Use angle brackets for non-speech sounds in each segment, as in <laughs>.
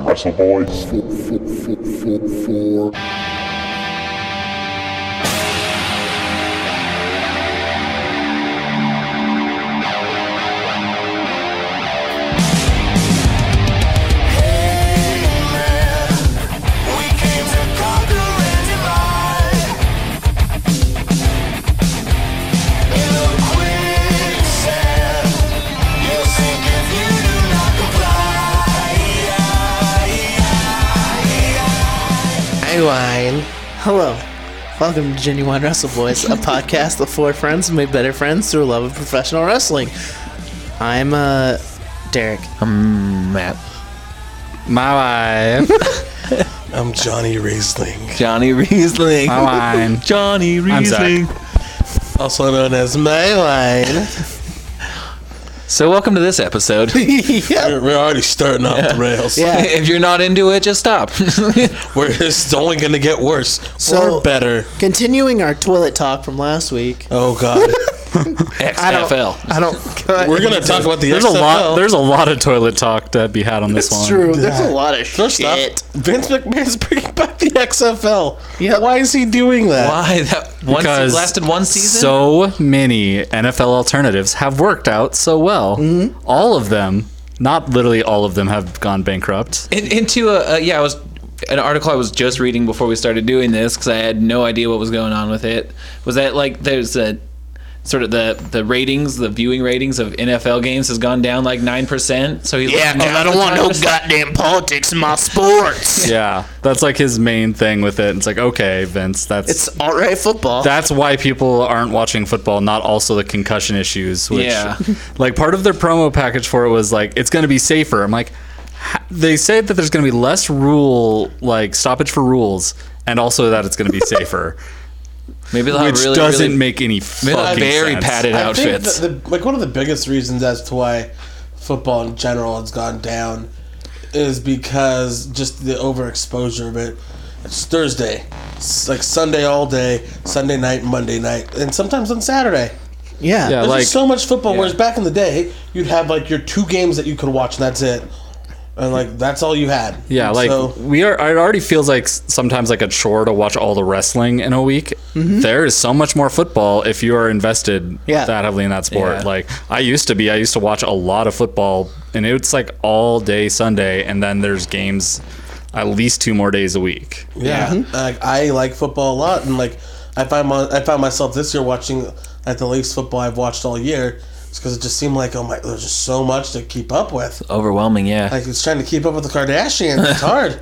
Castle Boys. Four, four, four, four, four. Genuine. Hello. Welcome to Genuine Wrestle Boys, <laughs> a podcast of four friends who made better friends through love of professional wrestling. I'm uh Derek. Matt. My <laughs> wife. I'm Johnny Riesling, Johnny Riesling. My <laughs> wine. Johnny Zach. Riesling. also known as Mayline. <laughs> So, welcome to this episode. yep. We're, we're already starting off <laughs> the rails. Yeah. if you're not into it, just stop. <laughs> We're, it's only going to get worse So- or better. Continuing our toilet talk from last week. Oh, <laughs> God. XFL. I don't we're going to talk about the There's a XFL. lot. There's a lot of toilet talk to be had on this It's one. true. There's a lot of First off, shit. Vince McMahon's bringing back the XFL. Yep. Why is he doing that? Why that one Because se- lasted one season? So many NFL alternatives have worked out so well. Mm-hmm. All of them, not literally all of them, have <laughs> gone bankrupt. In, into a, a yeah, I was an article I was just reading before we started doing this because I had no idea what was going on with it. Was that like there's a sort of the the ratings, the viewing ratings of NFL games has gone down like nine percent. So he's like, "Oh, that's not just- goddamn politics in my sports. Yeah, that's like his main thing with it. It's like, okay, Vince, that's It's alright football. that's why people aren't watching football, not also the concussion issues. Which, Yeah. <laughs> like, part of their promo package for it was like, it's going to be safer. I'm like, "Ha- they say that there's going to be less rule, like, stoppage for rules, and also that it's going to be <laughs> safer, maybe they'll have which really, doesn't really make any fucking very sense. padded I think outfits. the- the- like one of the biggest reasons as to why football in general has gone down is because just the overexposure of it. It's Thursday, it's like Sunday all day, Sunday night, Monday night, and sometimes on Saturday. yeah. Yeah, There's like, just so much football. Whereas back in the day, you'd have like your two games that you could watch, and that's it. And like that's all you had. yeah, like so, we are. It already feels like s- sometimes like a chore to watch all the wrestling in a week. There is so much more football if you are invested Mm-hmm. Yeah. that heavily in that sport. Yeah. Like I used to be. I used to watch a lot of football, and it's like all day Sunday, and then there's games at least two more days a week. Yeah, like I like football a lot, and like I find my, I found myself this year watching at the least football I've watched all year. It's because it just seemed like oh my, there's just so much to keep up with. overwhelming. Yeah. Like it's trying to keep up with the Kardashians. <laughs> It's hard.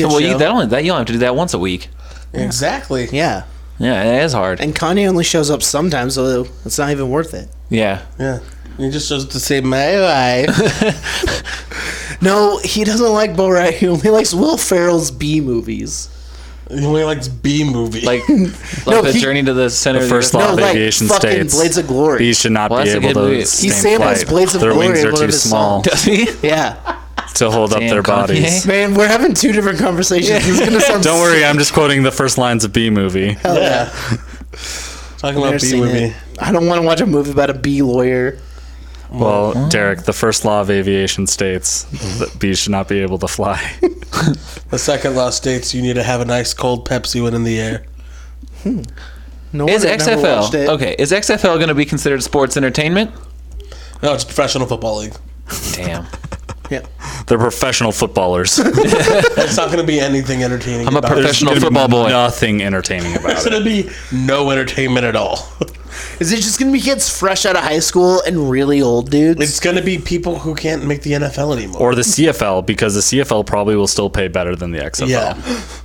well, you, show. that only that you'll have to do that once a week. exactly. yeah. Yeah, it is hard. And Kanye only shows up sometimes, so it's not even worth it. yeah, Yeah. He just chose to say uh, my life. <laughs> No, he doesn't like Bo Ray. He only likes Will Ferrell's B movies. he only likes B movie. <laughs> like like the he- journey to the center. The first of law <laughs> No, of like aviation fucking states: Blades of Glory. These should not Well, be that's a able good movie. to. He stay in samples flight. Blades of Their Glory wings in are one of too his small the first. Yeah. to hold up Damn, their Kanye. bodies. Man, we're having two different conversations. It's gonna sound Don't worry, I'm just quoting the first lines of B movie. hell yeah. Talking I've about never B seen movie. it. I don't want to watch a movie about a bee lawyer. Well, Derek, the first law of aviation states that bees should not be able to fly. The second law states you need to have an ice cold Pepsi when in the air. No Is wonder I never watched XFL it. okay? Is XFL going to be considered sports entertainment? No, it's professional football league. Damn, Yeah. They're professional <laughs> footballers. It's not going to be anything entertaining. I'm a about it. professional- There's gonna be football boy. Nothing entertaining about There's it. going to be no entertainment at all. Is it just gonna be kids fresh out of high school and really old dudes? It's going to be people who can't make the NFL anymore. Or the CFL, because the CFL probably will still pay better than the XFL. yeah. <gasps>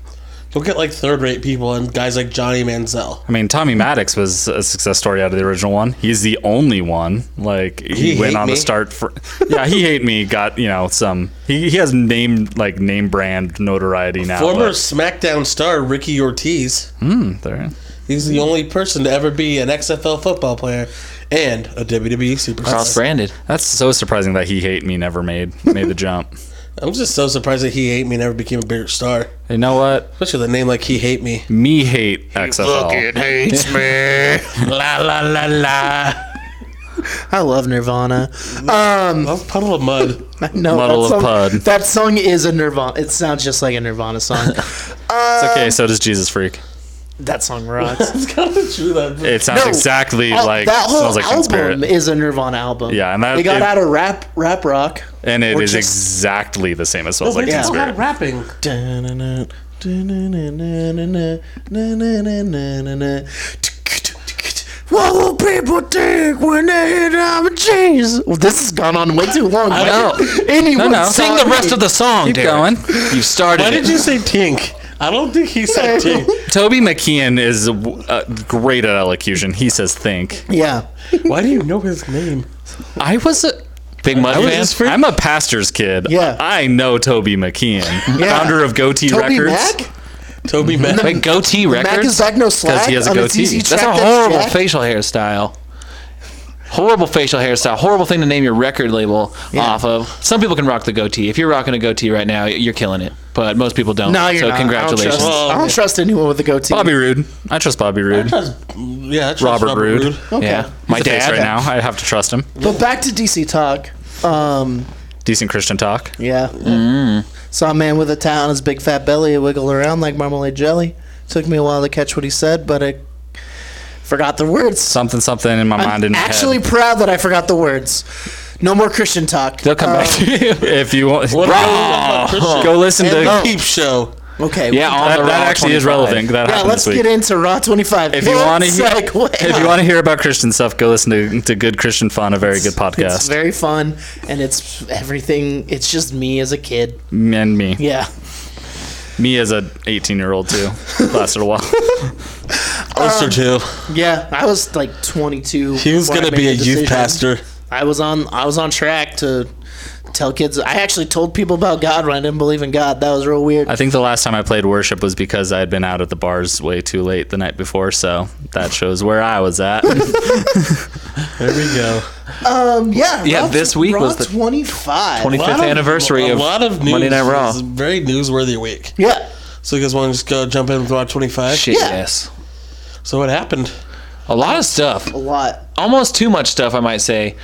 Look at like third rate people and guys like Johnny Manziel. I mean, Tommy Maddox was a success story out of the original one. He's the only one. Like he, He went hate on me. to start for. Yeah, he hate me. Got you know some. He, he has name like name brand notoriety now. but- Former hmm, SmackDown star Ricky Ortiz. there. He's the only person to ever be an XFL football player and a WWE cross superstar. branded. That's so surprising that he hate me never made made the jump. I'm just so surprised that he hate me never became a bigger star. You know what? Especially with a name like he hate me. Me hate XFL. hates me. la la la la. I love Nirvana. Love puddle of mud. <laughs> I know Muddle that song, of Pud. That song is a Nirvana. It sounds just like a Nirvana song. It's okay. So does Jesus Freak. that song rocks. It's kind of true that. It sounds No. exactly Oh, like that whole smells like Teen album Spirit, is a Nirvana album. Yeah, and that- they got it- out of rap, rap rock. and it Or is just- exactly the same as smells like yeah. Teen Spirit. rapping. Dun-dun-dun, dun-dun-dun-dun-dun, dun-dun-dun-dun-dun-dun. What will people think when they hear that I'm a Jesus? Well, this has gone on way too long. I know. Anyone No, no. Sing Sing the rest of the song, Keep Derek. going. You've started. Why it. did you say Tink? I don't think he said Tink. Toby McKeon is uh, great at elocution. He says think. Yeah. Why do you know his name? I was a Big Mud fan? I'm a pastor's kid. Yeah. I know Toby McKeon, founder of Goatee Toby Records. Mac? Toby Mac. Wait, goatee Mac records? is like no slack. he has a on his goatee. easy That's That's a track, horrible Jack. facial hairstyle. Horrible facial hairstyle. Horrible thing to name your record label off of. Some people can rock the goatee. If you're rocking a goatee right now, you're killing it. But most people don't. No, you're so not. I congratulations. don't, trust, I don't trust anyone with a goatee. Bobby Roode. I trust <laughs> Bobby Roode. Yeah, I trust Robert Roode. Okay. Yeah. My He's a face dad right now. I have to trust him. But back to DC talk. Um, Decent Christian talk. yeah. Mm. Saw a man with a towel on his big fat belly wiggle around like marmalade jelly. Took me a while to catch what he said, but I forgot the words. Something, something in my mind and my Actually, head. proud that I forgot the words. No more Christian talk. They'll come Uh, back to you. If you <laughs> want, What Raw! go listen to. And That, Raw. Peep show. Uh, Okay. Yeah, we- on the that Raw actually is 25. relevant. That yeah. happened Let's this week. get into Raw 25. if you want to hear, Segue. if you want to hear about Christian stuff, go listen to, to Good Christian Fun, a very good <laughs> It's podcast. very fun, and it's everything. It's just me as a kid. and me, Yeah. me as a 18 year <laughs> old too, lasted a while. Ulster too. Yeah, I was like 22. He was before I gonna made be a the youth decision. pastor. I was on. I was on track to tell kids. I actually told people about God when I didn't believe in God. That was real weird. I think the last time I played worship was because I had been out at the bars way too late the night before, so that shows where I was at. <laughs> There we go. Um, yeah. Yeah, Raw- this week Raw was the 25. 25th anniversary of, Monday Night Raw. It's a very newsworthy week. Yeah. So you guys want to just go jump in with Raw 25? Shit, Yeah. yes. So what happened? A lot of stuff. A lot. almost too much stuff, I might say,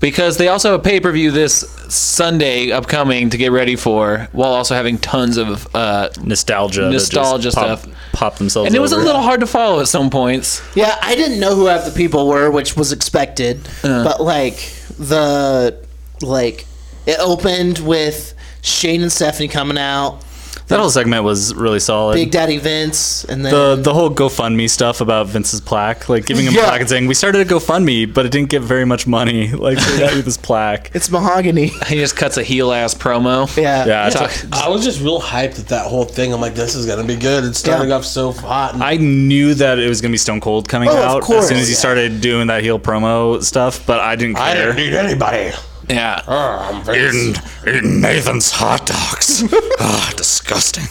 because they also have a pay per view this Sunday upcoming to get ready for, while also having tons of. Uh, Nostalgia, that just Nostalgia pop- stuff. pop themselves. and it was a over. little hard to follow at some points. <laughs> Yeah, I didn't know who half the people were, which was expected. But like the like it opened with Shane and Stephanie coming out, That whole segment was really solid. Big Daddy Vince, and then the the whole GoFundMe stuff about Vince's plaque, like giving him Yeah. a plaque and saying we started a GoFundMe, but it didn't get very much money. <laughs> Like so we got you this plaque. it's mahogany. He just cuts a heel ass promo. Yeah. <laughs> Yeah, it's- Talk- I was just real hyped at that whole thing. I'm like, this is gonna be good. It's starting Yeah. off so hot. And I knew that it was gonna be Stone Cold coming Oh, of out course, as soon as he yeah. started doing that heel promo stuff, but I didn't I care. didn't need anybody. Yeah. Oh, I'm very eating Nathan's hot <laughs> dogs. Ah, disgusting.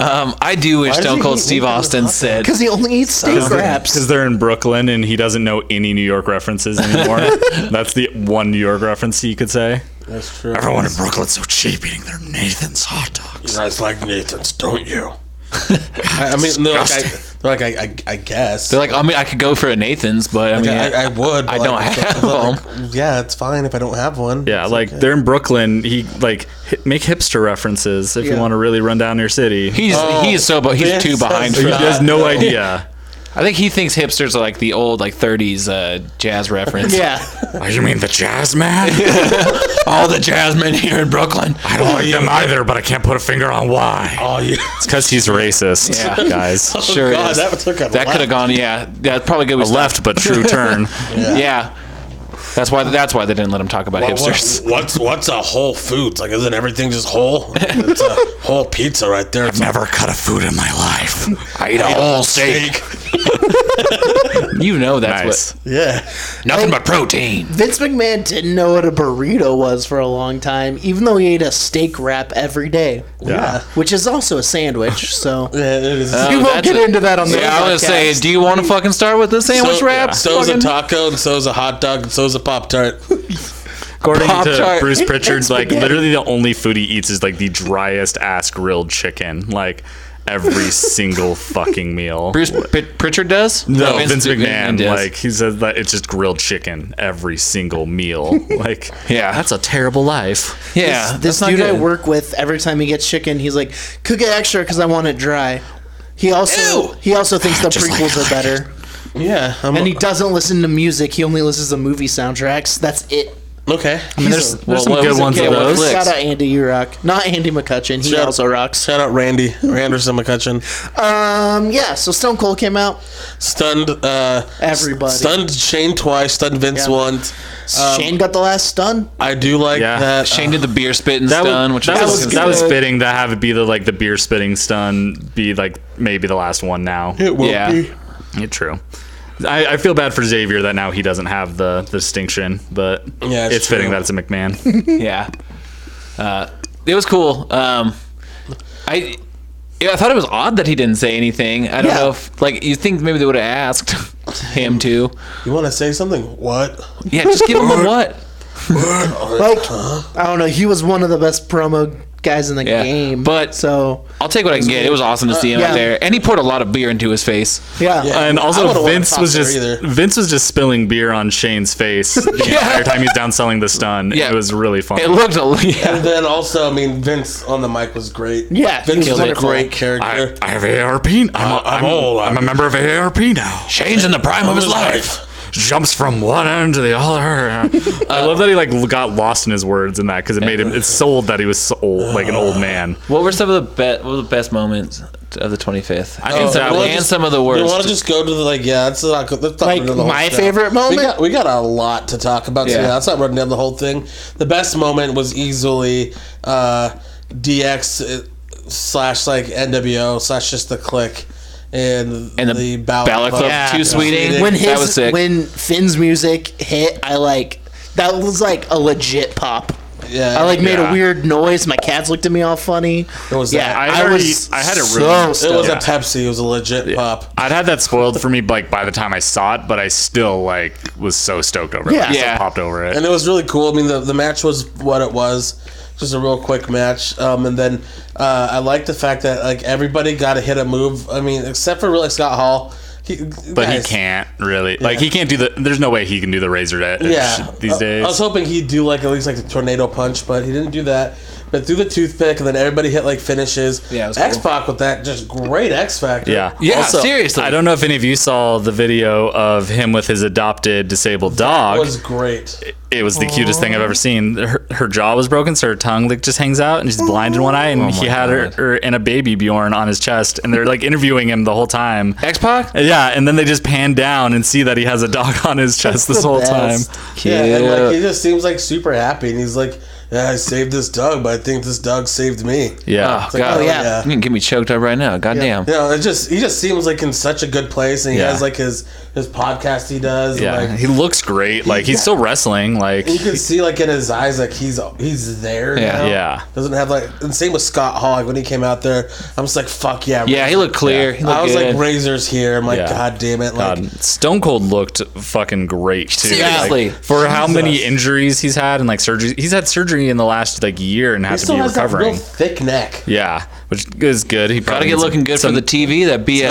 Um, I do wish does Stone he Cold hate Steve Lincoln Austin said. Because he only eats steak wraps. Because they're in Brooklyn and he doesn't know any New York references <laughs> anymore. That's the one New York reference he could say. That's true. Everyone in Brooklyn's so cheap eating their Nathan's hot dogs. You guys like Nathan's, don't you? I, I mean, they're like, I, they're like I, I, I guess. They're like, "Oh, I mean, I could go for a Nathan's, but I mean, I, I, I would. I but don't like, have but like, yeah, it's fine if I don't have one. Yeah, like they're in Brooklyn. He like hi- make hipster references if Yeah. you want to really run down your city. He he's he is so, but he's this too behind. has For got- that. has no idea. I think he thinks hipsters are like the old like '30s uh, jazz reference. yeah. oh, you mean the jazz man? all the jazz men here in Brooklyn. I don't like them either, but I can't put a finger on why. Oh, yeah. It's because he's racist, Yeah. <laughs> guys. Sure Oh, God, is. that took a That could have left. gone. Yeah, that's probably good. We A stopped. left but true turn. Yeah. That's why. That's why they didn't let him talk about What- hipsters. what's what's a Whole Foods? Like, isn't everything just whole? It's a whole pizza right there. <laughs> It's Never cut a food in my life. I eat a whole steak. <laughs> You know that's Nice. Yeah. what. Nothing but protein. Vince McMahon didn't know what a burrito was for a long time, even though he ate a steak wrap every day, Yeah. which is also a sandwich. <laughs> So Yeah, it is. we Oh, won't that's get a- into that on the Yeah, I was gonna say, do you want to fucking start with the sandwich wrap? So's a Fucking- taco, and so's a hot dog, and so's a Pop Tart. According to Pop-Tart. Bruce Pritchard, like spaghetti. literally the only food he eats is like the driest ass grilled chicken. Like <laughs> every single fucking meal. Bruce Pr- Pritchard does? no, Oh, Vince, McMahon, does. like he says that it's just grilled chicken every single <laughs> meal. like, Yeah. that's a terrible life. yeah, This that's not dude I good. work with, every time he gets chicken, he's like, "Cook it extra because I want it dry." He also Ew! he also thinks <laughs> the Just like prequels are better, Yeah. I'm, and he doesn't listen to music. He only listens to movie soundtracks. That's it. okay. there's He's there's some what good was it? ones Yeah, of what those. flick? Shout out Andy Urock, not Andy McCutcheon. He Shout- also a- rocks. Shout out Randy Anderson McCutcheon. Um, yeah. So Stone Cold came out. Stunned uh Everybody. Stunned Shane twice, stunned Vince Yeah. once. Um, Shane got the last stun. I do like Yeah. that Shane did the beer spit and That was, stun, which that, was, was that was good. fitting to have it be the like the beer spitting stun be like maybe the last one now. It won't Yeah. be. Yeah, true. I, I feel bad for Xavier that now he doesn't have the, the distinction, but Yeah, it's, it's fitting true. that it's a McMahon. yeah. Uh, it was cool. Um, I yeah, I thought it was odd that he didn't say anything. I don't Yeah. know if like you think maybe they would have asked <laughs> him to. You wanna say something? What? Yeah, just give <laughs> him a what. Like I don't know. He was one of the best promo guys in the Yeah, game. but- so I'll take what I can get. It was awesome to Uh, see him yeah. out there, and he poured a lot of beer into his face. yeah. and Yeah. <laughs> I wouldn't also wanna Vince pop was there just either. Vince was just spilling beer on Shane's face the <laughs> entire time he's down selling the stun. Yeah. It was really fun. It looked, a- <laughs> yeah, And then also, I mean, Vince on the mic was great. Yeah, he Vince was was a wonderful. great I, character. I have ARP. I'm, a, Uh, I'm, old. I'm a member of ARP now. Shane's in the prime of his life. jumps from one end to the other. <laughs> I love that he like got lost in his words in that because it made him it sold that he was so old, like an old man. What were some of the best? What were the best moments of the 25th? I think Oh, that you wanna and just- some of the You worst. want to just go to the like, yeah, that's not good. That's not Like, running the whole my show. favorite We moment? got, we got a lot to talk about. So Yeah. yeah, that's not running down the whole thing. The best moment was easily uh, DX uh, slash like NWO slash just the click and, And the Balor Club Yeah. too eh? sweeting. when That his was sick. when Finn's music hit, I like that was like a legit pop. Yeah, I like made Yeah. a weird noise. My cats looked at me all funny. It was yeah, that- I I, already- was. I had it so ruined. It was stoked. a Pepsi. It was a legit pop. I'd had that spoiled for me like by the time I saw it, but I still like was so stoked over it. Yeah. Like, I still Yeah. popped over it. and it was really cool. I mean, the, the match was what it was, just a real quick match. Um, and then uh, I like the fact that like everybody got to hit a move. I mean, except for really Scott Hall, he, but he can't really like he can't do the. There's no way he can do the razor edge Yeah, these I- days. I was hoping he'd do like at least like the tornado punch, but he didn't do that. But through the toothpick, and then everybody hit like finishes. Yeah, it was cool. X Pac with that, just great X Factor. yeah. Yeah, seriously. I don't know if any of you saw the video of him with his adopted disabled dog. was great. it was the cutest thing I've ever seen. Her, her jaw was broken, so her tongue like just hangs out, and she's blind in one eye. And he had her, Oh God. her and a baby Bjorn on his chest, and they're like interviewing him the whole time. X Pac. Yeah, and then they just pan down and see that he has a dog on his chest this the whole best. time. Yeah, and like he just seems like super happy, and he's like, "Yeah, I saved this dog, but I think this dog saved me." Yeah, Oh God! oh, yeah. yeah. You can get me choked up right now. Goddamn. You know, it just he just seems like in such a good place, and he Yeah. has like his his podcast he does. yeah. and, like, he looks great. Like he's still wrestling. Like you can see like in his eyes, like he's he's there. Yeah. now. yeah, Doesn't have like and same with Scott Hall. Like when he came out there, I'm just like fuck yeah. Yeah, he looked clear. He looked I was good. like razors here. I'm like Yeah. god damn it. Like God, Stone Cold looked fucking great too. Seriously. Like, for how many injuries he's had and like surgery, he's had surgery in the last like year and he has to still be has that real recovering. thick neck. Yeah, which is good. He Gotta probably get needs looking good some- for the TV. That BS.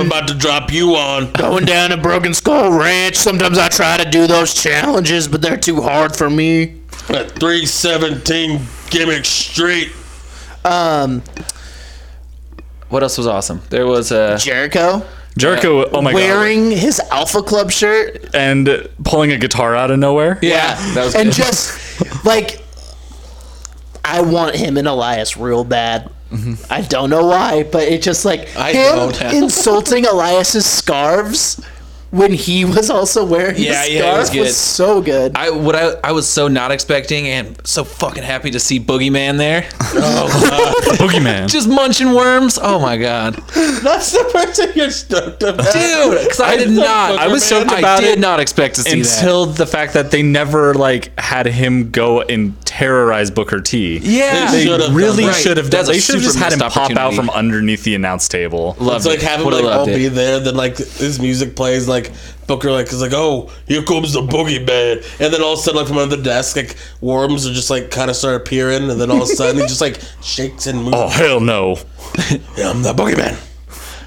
I'm about to drop you on. Going down to Broken Skull Ranch. Sometimes I try to do those challenges, but they're too hard for me. At 317 Gimmick Street. Um, What else was awesome? There was uh, a. Jericho Jericho. Oh my wearing his Alpha Club shirt. god! And pulling a guitar out of nowhere. Yeah, that was and good. just like I want him and Elias real bad. Mm-hmm. I don't know why, but it just like I him don't. insulting Elias's scarves when he was also wearing Yeah, the yeah, it was scarf was, good. so good. I what I I was so not expecting and so fucking happy to see Boogeyman there. The <laughs> boogeyman. Just munching worms. Oh my god, dude! That's the person you're stoked about. 'cause I, did thought not. Booger I was Man- so. I about did it not expect to see that. Until the fact that they never like had him go and terrorize Booker T. Yeah. they They should've really that. done should have Right. done. That's a They should have just super had him missed pop out opportunity. from underneath the announce table. Loved It's like it. have him Would've like all loved it. be there, then like his music plays, like Booker like is like, oh, here comes the boogeyman, and then all of a sudden like from under the desk, like worms are just like kind of start appearing, and then all of a sudden he just <laughs> like shakes and moves. Oh hell no! Yeah, I'm the boogeyman.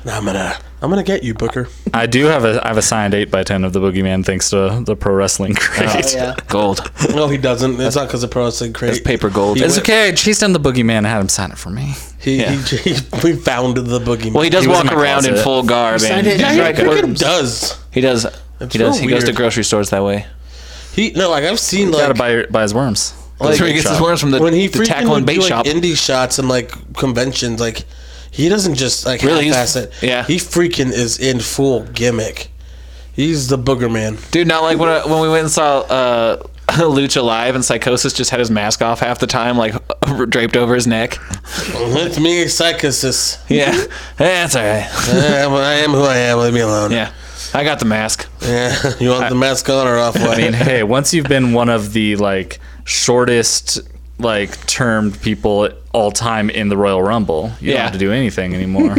Now I'm gonna, I'm gonna get you, Booker. I do have a I have a signed eight by ten of the Boogeyman thanks to the pro Oh, wrestling crate. Gold. <laughs> no, he doesn't. It's not because of pro wrestling crate. It's paper gold. It's okay. I chased down the Boogeyman and had him sign it for me. He, Yeah. he, he, <laughs> we founded the boogeyman. Well, he does He was in walk my around in closet. full garb. And signed it. Yeah, he's he like- freaking does. He does. he does. real He goes to weird. grocery stores that way. He no, like I've seen Gotta like buy buy his worms. That's where he gets his worms from the, when he the freaking tackle and would bait do, like, shop. indie shots and like conventions, like he doesn't just like Really, really he's- half-ass it. yeah. he freaking is in full gimmick. He's the booger man. Dude, not like when, I, when we went and saw uh, <laughs> Lucha Live and Psychosis just had his mask off half the time, like <laughs> draped over his neck. It's <laughs> me, psychosis. Yeah. <laughs> yeah that's all right. I am, I am who I am. Leave me alone. Yeah. Uh, I got the mask. Yeah. <laughs> You want the mask on or off? I mean, Wyatt? hey, once you've been one of the like shortest like termed people all time in the Royal Rumble, you Yeah. don't have to do <laughs> anything anymore.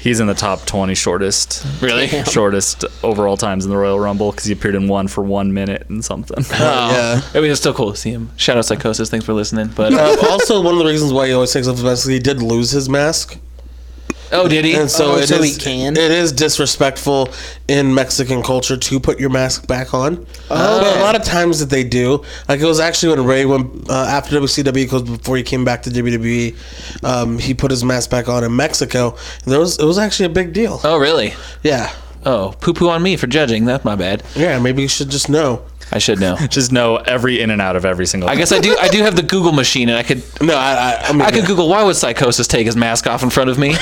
He's in the top twenty shortest, Really? shortest overall times in the Royal Rumble because he appeared in one for one minute and <laughs> something. Oh, Yeah. I mean, it's Oh. still cool to see him. Shout out Psychosis. Thanks for listening. But Uh, also, one of the reasons why he always takes off his mask is he did lose his mask. Oh, did he? And so, Oh, it so is- he can? it is disrespectful in Mexican culture to put your mask back on. But a lot of times that they do, like it was actually when Ray went uh, after WCW because before he came back to WWE, um, he put his mask back on in Mexico. There was it was actually a big deal. Oh, really? Yeah, Oh, poo poo on me for judging. That's my bad. yeah. Maybe you should just know. I should <laughs> know. Just know every in and out of every single. I guess I do. I do have the Google machine, and I could. No, I I, I, mean, I <laughs> could Google why would Psychosis take his mask off in front of me?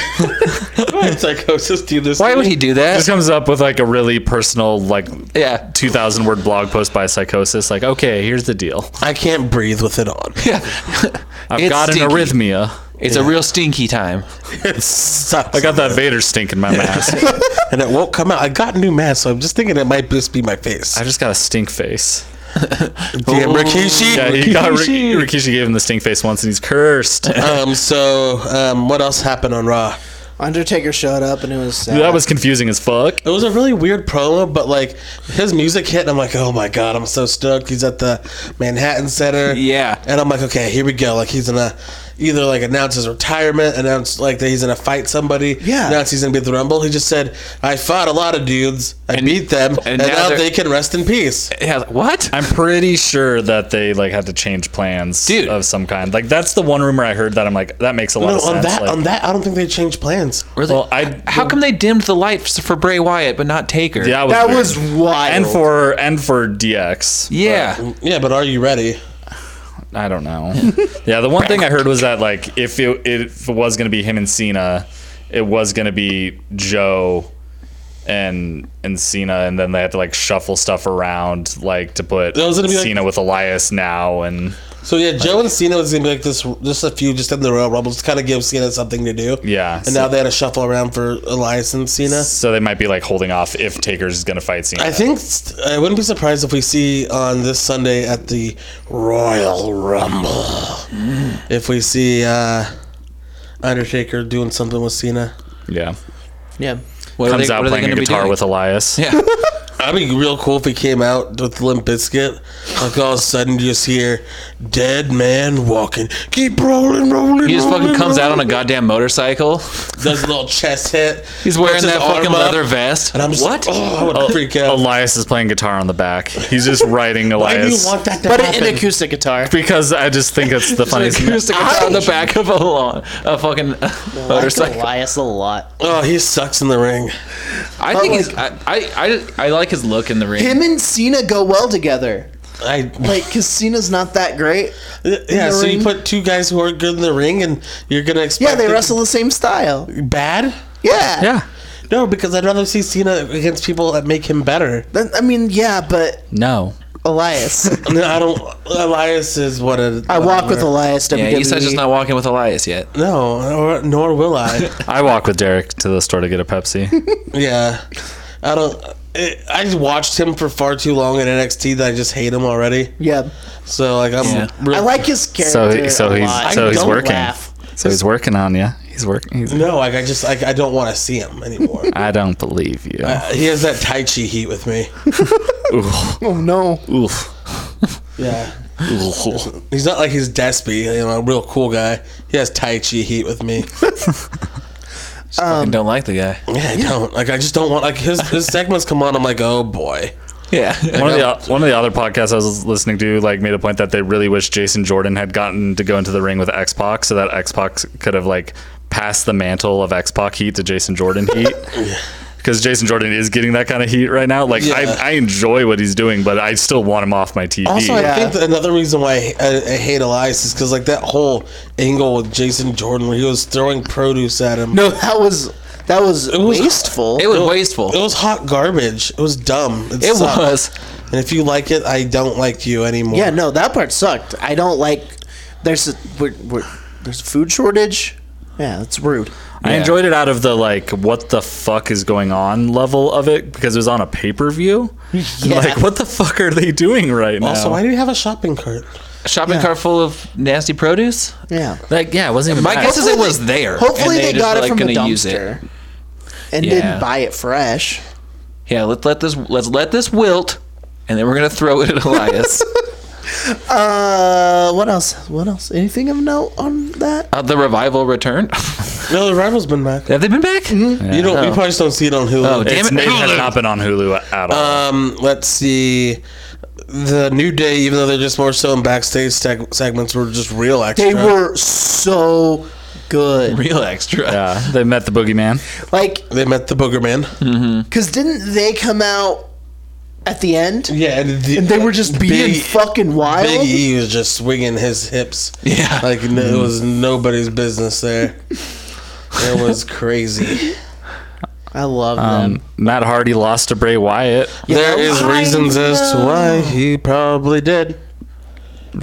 psychosis do this. Why would he do Just that? <laughs> comes up with like a really personal like Yeah, <laughs> 2000 word blog post by psychosis like okay here's the deal I can't breathe with it on. yeah. i've It's got an stinky. arrhythmia It's a real stinky time. it sucks. i got that vader stink <laughs> in my mask and it won't come out. I got a new mask, so I'm just thinking it might just be my face. i just got a stink face Damn, Rikishi. yeah he got Ri- rikishi gave him the stink face once and he's cursed Um, so, um, what else happened on Raw? Undertaker showed up and it was sad. <laughs> that was confusing as fuck It was a really weird promo, but like his music hit, and I'm like, oh my god, I'm so stoked. He's at the Manhattan Center. Yeah. And I'm like, okay, here we go. Like he's gonna either like announce his retirement, announce like that he's gonna fight somebody. Yeah. Announce he's gonna be at the Rumble. He just said, I fought a lot of dudes, I And- beat them, and and, now now, they're- they can rest in peace. Yeah, I was like, what? i'm pretty sure that they like had to change plans Dude. of some kind like that's the one rumor i heard that i'm like that makes a lot No, of sense on that, like, on that, I don't think they changed plans. Really? well, I- How come they dimmed the lights for Bray Wyatt but not Taker? yeah, that weird. was wild. and for and for dx Yeah. Yeah, but are you ready? I don't <laughs> know. yeah, the one thing I heard was that like if it if it was gonna be him and Cena, it was gonna be Joe and and Cena, and then they had to like shuffle stuff around like to put That was gonna be, like- Cena with Elias now, and So yeah, Joe and Cena was gonna be like this, just a few, just in the Royal Rumble, just kind of give Cena something to do. Yeah, And so- now they had to shuffle around for Elias and Cena. so they might be like holding off if Taker's is gonna fight Cena. I think st- I wouldn't be surprised if we see on this Sunday at the Royal Rumble Mm. if we see uh, Undertaker doing something with Cena. yeah, yeah. What comes out what playing a gonna be guitar doing? with Elias. Yeah. I'd be real cool if he came out with Limp Biscuit. Like all of a sudden, you just hear "Dead Man Walking." Keep rolling, rolling. He just fucking rolling, comes out on rolling. a goddamn motorcycle. does a little chest hit. He's puts wearing his that fucking arm up, leather vest. And I'm just what? like, oh, I would freak out. Elias is playing guitar on the back. He's just writing Why do you Elias want that to But happen? an acoustic guitar. because I just think it's the oh funniest. thing. acoustic guitar on the back of a lawn, a <laughs> fucking like motorcycle. Elias a lot. oh, he sucks in the ring. I think he's. I, I I I like his look in the ring. Him and Cena go well together. I Like, because Cena's not that <laughs> great. yeah. the So ring? you put two guys who are good in the ring, and you're gonna expect Yeah, they it- wrestle the same style. bad. Yeah. Yeah. No, because I'd rather see Cena against people that make him better. Then- I mean, yeah, but No. <laughs> Elias. No, I don't. Elias is what a. I walk with Elias E. WWE. Oh, yeah, Esai's just not walking with Elias yet. No, or, <laughs> nor will I. <laughs> I walk with Derek to the store to get a Pepsi. yeah, I don't. it, I just watched him for far too long in NXT that I just hate him already. Yeah. So like I'm Yeah. real- I like his character. So he- so a he's- lot. so I he's don't working. Laugh. So he's working on you. He's working. He's, no, like I just like I don't want to see him anymore. I don't believe you. Uh, he has that Tai Chi heat with me. Oh no. Oof. Yeah. He's not like he's Despy, you know, a real cool guy. He has Tai Chi heat with me. I don't like the guy. Yeah, I don't. Like I just don't want like his his segments come on, I'm like, oh boy. Yeah. One of the uh, one of the other podcasts I was listening to like made a point that they really wish Jason Jordan had gotten to go into the ring with X Pac so that X Pac could have like passed the mantle of X Pac heat to Jason Jordan <laughs> heat. Because Jason Jordan is getting that kind of heat right now. Like Yeah. I, I enjoy what he's doing, but I still want him off my TV. Also, Yeah. I think that another reason why I, I, I hate Elias is because like that whole angle with Jason Jordan where he was throwing produce at him. No, that was that was, was- wasteful. <laughs> it was wasteful. It was hot garbage. It was dumb. It, It sucked. was. And if you like it, I don't like you anymore. yeah, no, that part sucked. I don't like. There's a we're, we're, there's a food shortage. Yeah, that's rude. I enjoyed it out of the like what the fuck is going on level of it because it was on a pay per view. Like what the fuck are they doing right Also, now? why do you have a shopping cart? A shopping Yeah. cart full of nasty produce. Yeah. like yeah, it wasn't even My bad. guess is it was there. Hopefully and they, just got were, it like, from a gonna use it. dumpster and Yeah. didn't buy it fresh. Yeah, let's let this let's let this wilt, and then we're gonna throw it at <laughs> Elias. Uh, what else? What else? Anything of note on that? uh, the revival <laughs> return. No, the rival's been back. Have they been back? Mm-hmm. You don't. You probably just don't see it on Hulu. Oh, damn It's, it, it has Hulu. not been on Hulu at all. Um, let's see. The New Day, even though they're just more so in backstage seg- segments, were just real extra. They were so good. <laughs> Real extra. yeah, they met the boogeyman. Like, They met the Booger Man. cause didn't they come out at the end? <laughs> Yeah, and, the, And they were just being Big- E fucking wild. Big E was just swinging his hips. Yeah. like no, it was nobody's business there. It was <laughs> crazy. I love Um, them. Matt Hardy lost to Bray Wyatt. there Yeah, is I reasons as to know. why he probably did.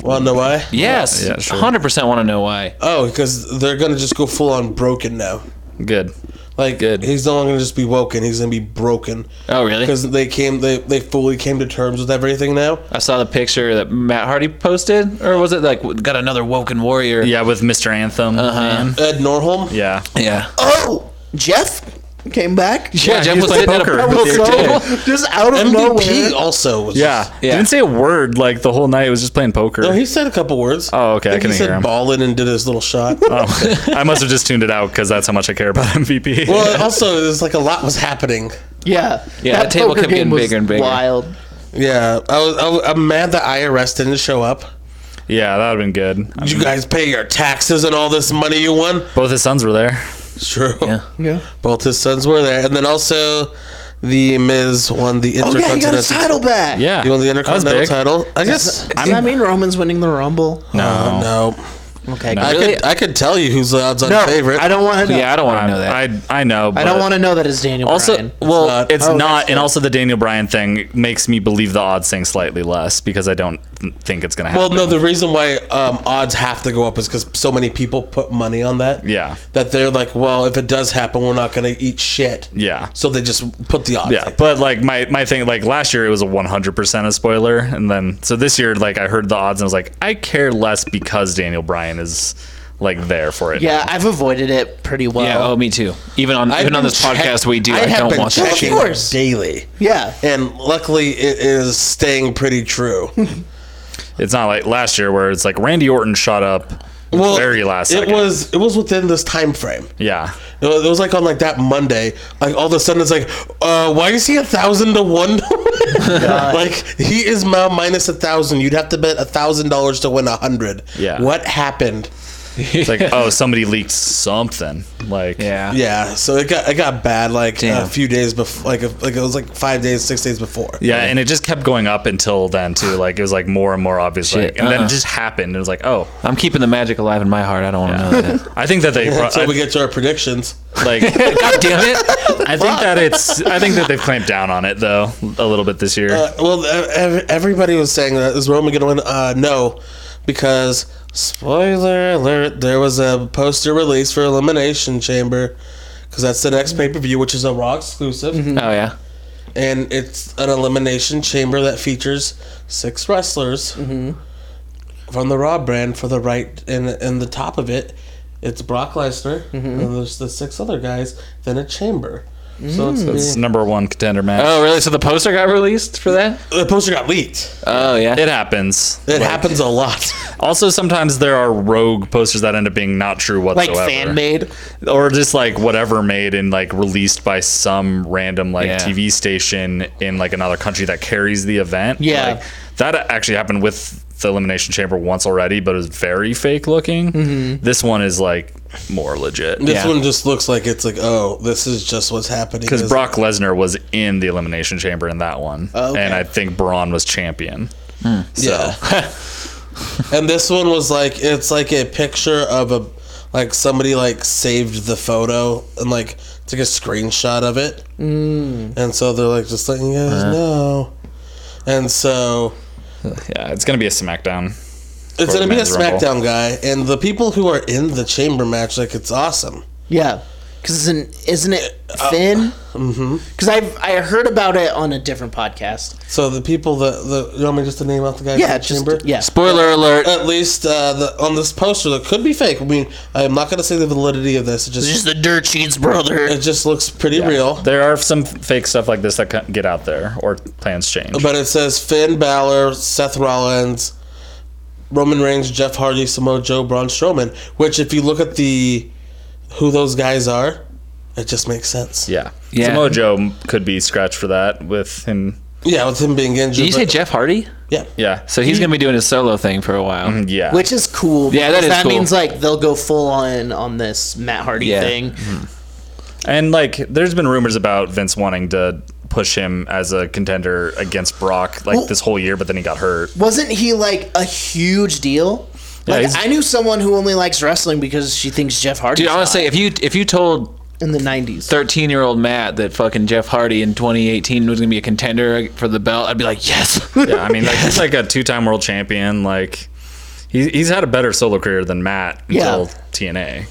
Wanna know why? Yes. Yeah, Hundred sure. percent want to know why. Oh, because they're gonna just go full on broken now. Good. Like Good. he's no longer gonna just be woken. He's gonna be broken. Oh really? because they came they they fully came to terms with <laughs> everything now. I saw the picture that Matt Hardy posted, or was it like got another woken warrior? Uh, Yeah, with Mr. Anthem. Uh-huh. man. Ed Norholm, Yeah. Yeah. oh, Jeff came back. Yeah, he Jeff was was playing sitting at a poker. pool Yeah. <laughs> table. Just out of MVP nowhere. also was Yeah. Yeah. Didn't say a word like the whole night. It was just playing poker. No, he said a couple words. Oh, okay, I think couldn't he said hear him. ballin' and did his <laughs> little shot. Oh, I must have just tuned it out because that's how much I care about <laughs> MVP. well, uh, also there's like a lot was happening. Yeah, Yeah, the table poker kept getting game was bigger and bigger. Wild. Yeah, I was, I was I'm mad that IRS didn't show up. yeah, that would have been good. Did you guys pay your taxes and all this money you won? Both his sons were there. True. Yeah. Yeah. Both his sons were there, and then also the Miz won Oh yeah, the he got Intercontinental. his title back. Yeah. He won the That was Intercontinental big. title. I guess. Does that mean Roman's winning the Rumble? No. Oh, no. Okay. No. I could I could tell you who's the odds-on No, favorite. I don't want to know. Yeah, I don't want to know that. I, I know. I don't want to know that it's Daniel Also, Bryan. well, not. it's Oh, not, that's and also the Daniel Bryan thing makes me believe the odds thing slightly less because I don't think it's gonna happen. Well, no, the reason why um, odds have to go up is because so many people put money on that. Yeah. That they're like, well, if it does happen, we're not going to eat shit. Yeah. So they just put the odds. Yeah, in. but like my my thing, like last year it was a 100% a spoiler, and then so this year like I heard the odds and I was like, I care less because Daniel Bryan is like there for it. yeah, I've avoided it pretty well. Yeah. Oh, me too. Even on I've even on been this check- podcast, we do. I, have don't been want that. checking Of course. daily. Yeah. And luckily, it is staying <laughs> pretty true. it's not like last year where it's like Randy Orton shot up very last. It second. was it was within this time frame. yeah, It was, Uh, it was like on like that Monday. Like all of a sudden, it's like, uh, why is he a thousand to one? <laughs> like he is now minus a thousand. You'd have to bet a thousand dollars to win a hundred. Yeah. What happened? it's <laughs> like oh somebody leaked something like Yeah. Yeah, so it got it got bad like Damn. a few days before, like a, like it was like five days, six days before. Yeah, and it just kept going up until then <sighs> too. Like it was like more and more obvious, like, Shit, and then uh-uh. it just happened. It was like, oh, I'm keeping the magic alive in my heart. I don't want to know <laughs> that. I think that <laughs> they pro- Until we get to our predictions, <laughs> like God damn it! I think that it's. I think that they've clamped down on it though a little bit this year. uh, well, ev- everybody was saying that is Roman going to win? Uh, no, because spoiler alert, there was a poster release for Mm-hmm. Elimination Chamber, because that's the next pay per view, which is a Raw exclusive, Oh yeah. and it's an elimination chamber that features six wrestlers from the Raw brand for the right, and and the top of it, it's Brock Lesnar, and there's the six other guys, then a chamber. So it's It's number one contender match. Oh, really? So the poster got released for that? the poster got leaked. Oh, yeah. It happens. It happens a lot. Also, sometimes there are rogue posters that end up being not true whatsoever. made. or just like whatever made and like released by some random like Yeah. TV station in like another country that carries the event. Yeah. Like, that actually happened with the Elimination Chamber once already, but it was very fake looking. This one is like more legit. Mm-hmm. This Yeah. one just looks like it's like, oh, this is just what's happening. Because This- Brock Lesnar was in the Elimination Chamber in that one. Oh, okay. And I think Braun was champion. So Yeah. and this one was like it's like a picture of a like somebody like saved the photo and like took a screenshot of it. Mm. And so they're like just letting you guys know. And so yeah, it's gonna be a SmackDown. it's For gonna be a Men's Rumble. SmackDown guy, and the people who are in the chamber match, like it's awesome. Yeah, because isn't isn't it Finn? mm-hmm. Because I've I heard about it on a different podcast. So the people that the you want me just to name out the guy in Yeah, the just chamber? yeah. Spoiler alert. At least uh, the, on this poster that could be fake. I mean, I'm not gonna say the validity of this. It just, the dirt sheets, brother. it just looks pretty real. There are some fake stuff like this that co- get out there, or plans change. But it says Finn Balor, Seth Rollins, Roman Reigns, Jeff Hardy, Samoa Joe, Braun Strowman. Which, if you look at the who those guys are, it just makes sense. Yeah. Yeah. Samoa Joe could be scratched for that with him. Yeah, with him being injured. Did you say but- Jeff Hardy? Yeah. Yeah. So he's going to be doing his solo thing for a while. Yeah. Which is cool. Yeah, that because is That cool. means like they'll go full on on this Matt Hardy Yeah. Mm-hmm. thing. and like, there's been rumors about Vince wanting to push him as a contender against Brock like Well- this whole year, but then he got hurt. Wasn't he like a huge deal? Like he's- I knew someone who only likes wrestling because she thinks Jeff Hardy. Dude, honestly, if you if you told in the nineties, thirteen year old Matt that fucking Jeff Hardy in 2018 was going to be a contender for the belt, I'd be like, yes. Yeah. I mean, like, he's like a two-time world champion. Like, he, he's had a better solo career than Matt until Yeah. TNA.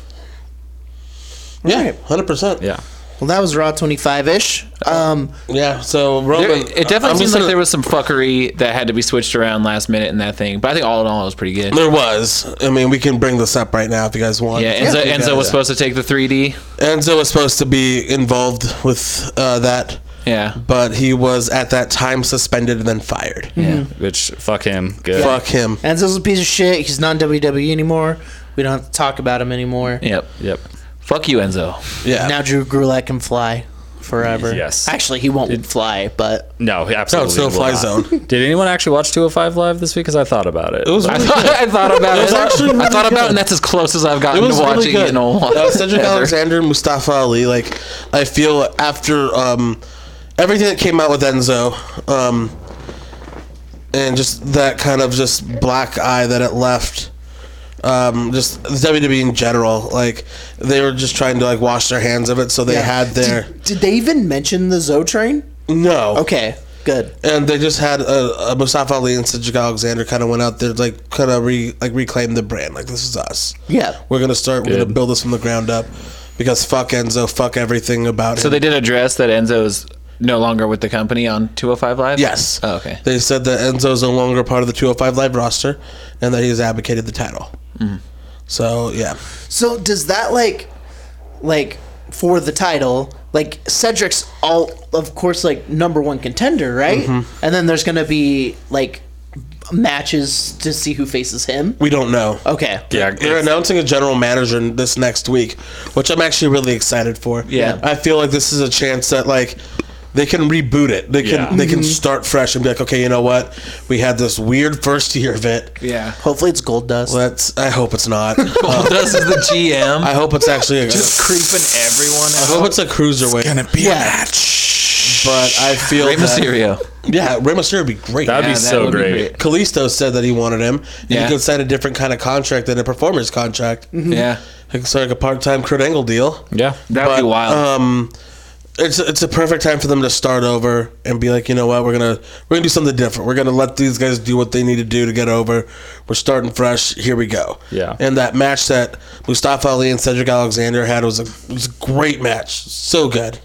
Yeah. Hundred percent. Yeah. well, that was Raw twenty five ish. Uh, Um, Yeah. So There- Roman. it definitely seems like there was some fucking fuckery that had to be switched around last minute in that thing, but I think all in all it was pretty good. There was. I mean, we can bring this up right now if you guys want. Yeah, Enzo, You Enzo guys- was supposed to take the 3D. Enzo was supposed to be involved with uh, that, Yeah, but he was at that time suspended and then fired. Yeah. Which, fuck him. Mm-hmm. Good. Fuck him. Enzo's a piece of shit. He's not in WWE anymore. We don't have to talk about him anymore. yep. Yep. Fuck you, Enzo. Yeah. Now Drew Gulak can fly forever. Yes. Actually, he won't fly, but No, he absolutely. no will fly not. <laughs> zone. Did anyone actually watch 205 Live this week? Because I thought about it. It was I really thought, good. I thought about it. was actually I really thought about it, good. and that's as close as I've gotten to watching it in a while. <laughs> Uh, Cedric Alexander, Mustafa Ali. Like I feel after um, everything that came out with Enzo, um, and just that kind of just black eye that it left. Um, just the WWE in general, like they were just trying to like wash their hands of it, so they had their Did, did they even mention the Zo train? no. Okay, good. and they just had uh, uh, Mustafa Ali and Cedric Alexander kind of went out there like kind of re like reclaim the brand, like this is us. Yeah. We're gonna start. We're Good. gonna build this from the ground up, because fuck Enzo, fuck everything about So him. they did address that Enzo's no longer with the company on 205 Live? yes, Oh, okay. They said that Enzo's no longer part of the 205 Live roster, and that he's abdicated the title. Mm-hmm. So yeah, So does that like, like for the title, like Cedric's all of course like number one contender, right? And then there's gonna be like matches to see who faces him. we don't know. Okay. Yeah, They're it's- announcing a general manager n- this next week, which I'm actually really excited for. Yeah. I feel like this is a chance that like they can reboot it. They can Yeah. they can start fresh and be like, okay, you know what? We had this weird first year of it. Yeah. Hopefully it's Gold Dust. Let's. I hope <laughs> it's not. Um, Well, this is the GM. I hope it's actually <laughs> a. creeping everyone I hope it's a cruiserweight. be Yeah. but I feel Rey that- Mysterio. Yeah, Rey Mysterio would be great. That'd Yeah, be that so would be great. great. Kalisto said that he wanted him. and Yeah. He could sign a different kind of contract than a performer's contract. Yeah. It's like a part-time Kurt Angle deal. Yeah. That would be But, wild. Um, it's it's a perfect time for them to start over and be like, you know what, we're gonna we're gonna do something different. We're gonna let these guys do what they need to do to get over. We're starting fresh. Here we go. Yeah. And that match that Mustafa Ali and Cedric Alexander had was a was a great match. So good.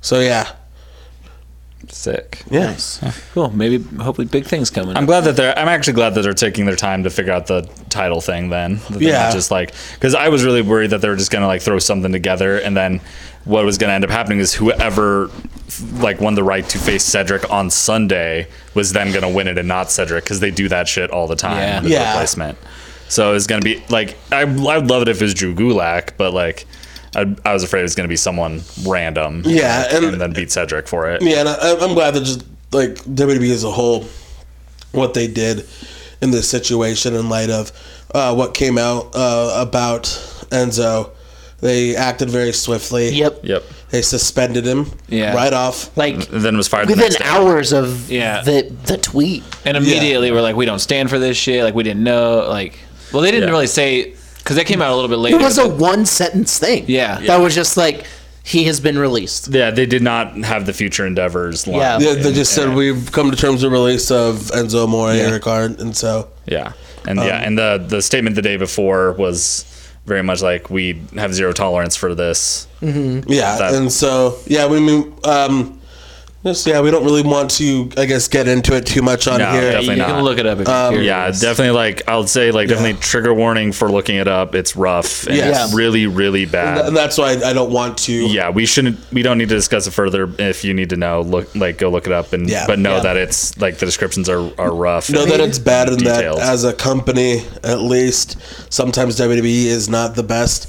So yeah, Sick. Yes. Cool. Maybe, hopefully, big things coming. I'm up. glad that they're. I'm actually glad that they're taking their time to figure out the title thing. Then, That they're not Yeah. just like because I was really worried that they were just gonna like throw something together, and then what was gonna end up happening is whoever like won the right to face Cedric on Sunday was then gonna win it and not Cedric because they do that shit all the time. Yeah. with Yeah. Replacement. So it's gonna be like I I would love it if it was Drew Gulak, but like. I, I was afraid it was going to be someone random, Yeah, and, and- then beat Cedric for it. Yeah, and I, I'm glad that just like WWE as a whole, what they did in this situation in light of uh, what came out uh, about Enzo, they acted very swiftly. Yep. Yep. They suspended him. Yeah. Right off. Like Then was fired. the within next day. hours of Yeah. the the tweet. And immediately we're like, we don't stand for this shit. Like we didn't know. Like, well, they didn't Yeah. really say because that came out a little bit later. It was a but- one sentence thing. Yeah. That was just like he has been released. Yeah, they did not have the future endeavors. Line. Yeah. They, they just Yeah. said we've come to terms with the release of Enzo Amore, Eric Arndt, and so yeah, and yeah, Um, and the the statement the day before was very much like we have zero tolerance for this. Mm-hmm. yeah, That- and so yeah, we mean um, just yeah, we don't really want to I guess get into it too much on No, here. definitely you not. can look it up if you're curious. Yeah, definitely. Like I would say, like definitely trigger warning for looking it up. It's rough. And Yes. It's really, really And bad. th- and that's why I don't want to. yeah, we shouldn't. We don't need to discuss it further. If you need to know, look like go look it up. And Yeah. but know Yeah. that it's like the descriptions are are rough. know and that it's bad and that detailed. as a company at least sometimes WWE is not the best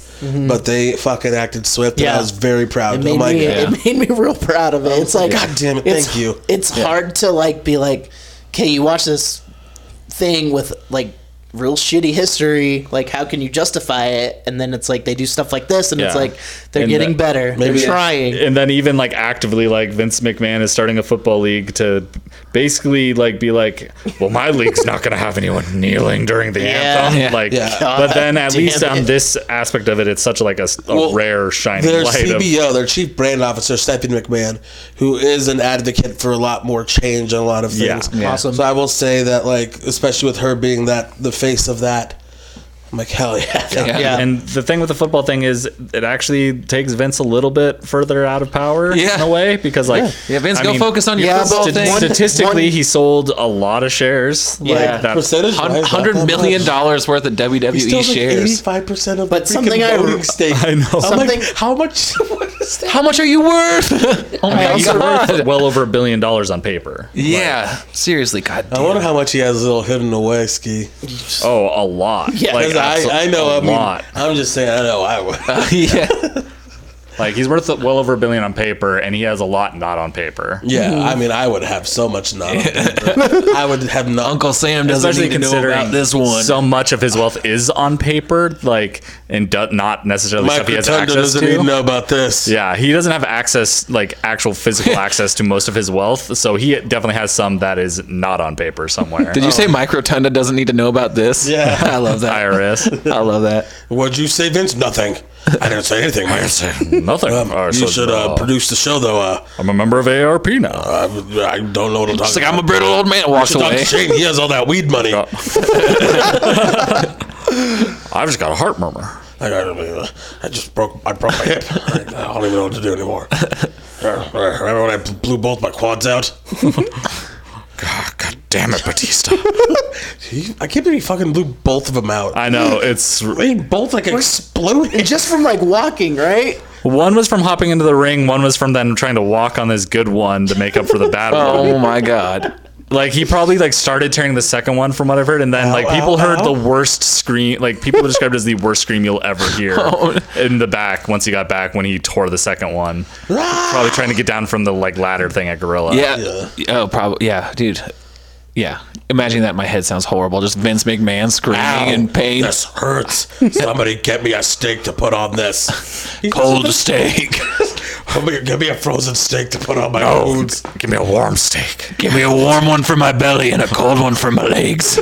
but they fucking acted swift and Mm-hmm. Yeah. I was very It proud oh made my me god it made me <laughs> real proud of it. It's like God damn it, it's- thank you. It's hard to like be like, okay, you watch this thing with like real shitty history. Like, how can you justify it? And then it's like they do stuff like this, and it's Yeah. like they're And getting that- better. maybe- They're trying. and then even like actively like Vince McMahon is starting a football league to basically like be like, well, my league's not going to have anyone kneeling during the anthem. Yeah. Like, Yeah. but then at God least damn on it. this aspect of it, it's such like a, s- a Well, rare shining their light of CBO their chief brand officer Stephanie McMahon who is an advocate for a lot more change and a lot of Yeah. things Yeah. Awesome. so I will say that like especially with her being that the face of that I'm like hell yeah, <laughs> Yeah. Yeah. And the thing with the football thing is, it actually takes Vince a little bit further out of power Yeah. in a way because, like, Yeah, Vince, I go mean, focus on your Yeah, football but thing. one- Statistically, one- he sold a lot of shares. Yeah. like, that's, percentage Hun- Hundred million dollars worth of WWE shares. Eighty-five percent of E But the freaking something I- voting stake. <laughs> I know. I'm like, Something- how much? <laughs> What is that? How much are you worth? <laughs> oh my He's god! worth well over a billion dollars on paper. yeah, seriously, god I damn. wonder how much he has a little hidden away ski. Oh, a lot. Yeah. like, 'Cause I, I know. a I mean, lot. I'm just saying. I know. I would. <laughs> <laughs> yeah, Like he's worth well over a billion on paper, and he has a lot not on paper. Yeah, I mean, I would have so much not. on paper. I would have not. Uncle Sam doesn't Especially need to know considering about this one. so much of his wealth is on paper, like and do, not necessarily Mike stuff he has Rotunda access doesn't need to. to know about this. yeah, he doesn't have access, like actual physical access to most of his wealth. So he definitely has some that is not on paper somewhere. Oh. Did you say Mike Rotunda doesn't need to know about this? Yeah. <laughs> I love that. IRS? I love that. What'd you say, Vince? Nothing. I didn't say anything, Mike. Nothing. Um, Or you so- should uh, uh, produce the show, though. Uh, I'm a member of ARP now. I, I don't know what I'm talking. It's like about. I'm a brittle old man. Walks Talk to away. eh? Shane. He has all that weed money. Uh, I've just got a heart murmur. I, I, I just broke. I broke <laughs> my hip. I don't even know what to do anymore. Remember when I blew both my quads out? God, God damn it, Batista. He- I can't believe he fucking blew both of them <laughs> out. I know it's they both like exploded. Just from like walking, right? One was from hopping into the ring. One was from then trying to walk on this good one to make up for the <laughs> <laughs> bad Oh one. my god. Like he probably like started tearing the second one from what I've heard, and then like Ow, people ow, heard ow. the worst scream. Like people described it as the worst scream you'll ever hear <laughs> Oh in the back once he got back when he tore the second one. probably trying to get down from the like ladder thing at Gorilla. Yeah. Oh, probably. Yeah, dude. Yeah. Imagine that. in My head sounds horrible. Just Vince McMahon screaming Ow, in pain. This hurts. Somebody get me a steak to put on this. Cold steak. Somebody get me a frozen steak to put on my wounds. Give me a warm steak. Give me a warm one for my belly and a cold one for my legs.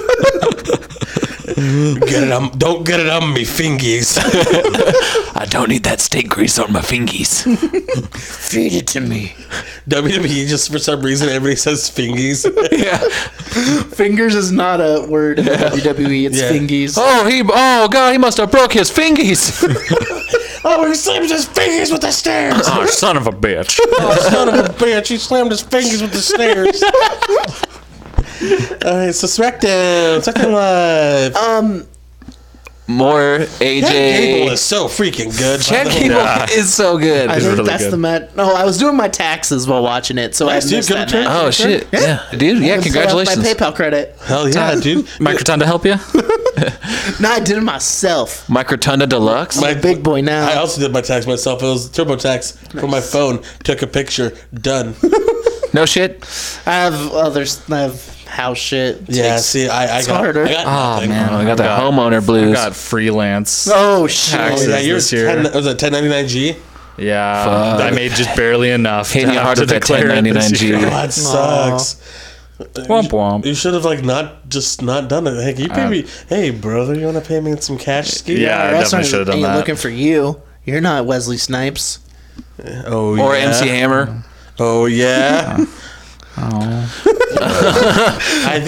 Get it on, don't get it on me fingies. <laughs> I don't need that steak grease on my fingies. Feed it to me. WWE E just for some reason everybody says fingies. yeah. Fingers is not a word in WWE. E. It's Yeah. fingies. Oh, he. Oh, god, he must have broke his fingies. Oh, he slams his fingers with the stairs. Oh, son of a bitch. <laughs> Oh, son of a bitch. He slammed his fingers with the stairs. All right, so SmackDown, SmackDown Live. More Chad Gable <laughs> AJ. is so freaking good. Chad by the way. Gable Yeah. is so good. I think really that's good. the mat. No, I was doing my taxes while watching it, so Nice, I dude. missed Good that return. match. Oh shit! Yeah, dude. And Yeah, so that's congratulations. uh, My PayPal credit. Hell yeah, <laughs> <laughs> dude. Mike Rotundo help you? No, I did it myself. Mike Rotunda Deluxe. My- I'm a big boy now. I also did my tax myself. It was TurboTax from my phone. Took a picture. Done. No shit. I have others. I have house shit. yeah. Takes- See, I, I got. harder. I got Oh nothing. man, I got the got- homeowner blues. <laughs> Got freelance. Oh shit. Oh, Taxes yeah, yours this year. 10, was it 1099G? Yeah, Fuck. I made just barely enough Hit to me have hard to with that declare it this 1099 G. year. God sucks. <laughs> Womp womp. You should have like not just not done it. Hey, can you pay me? Hey, brother, you want to pay me in some cash? Ski? Yeah, I That's definitely should have done ain't that. looking for you. You're not Wesley Snipes. Oh or yeah. MC Hammer. Oh <laughs> yeah. <laughs> I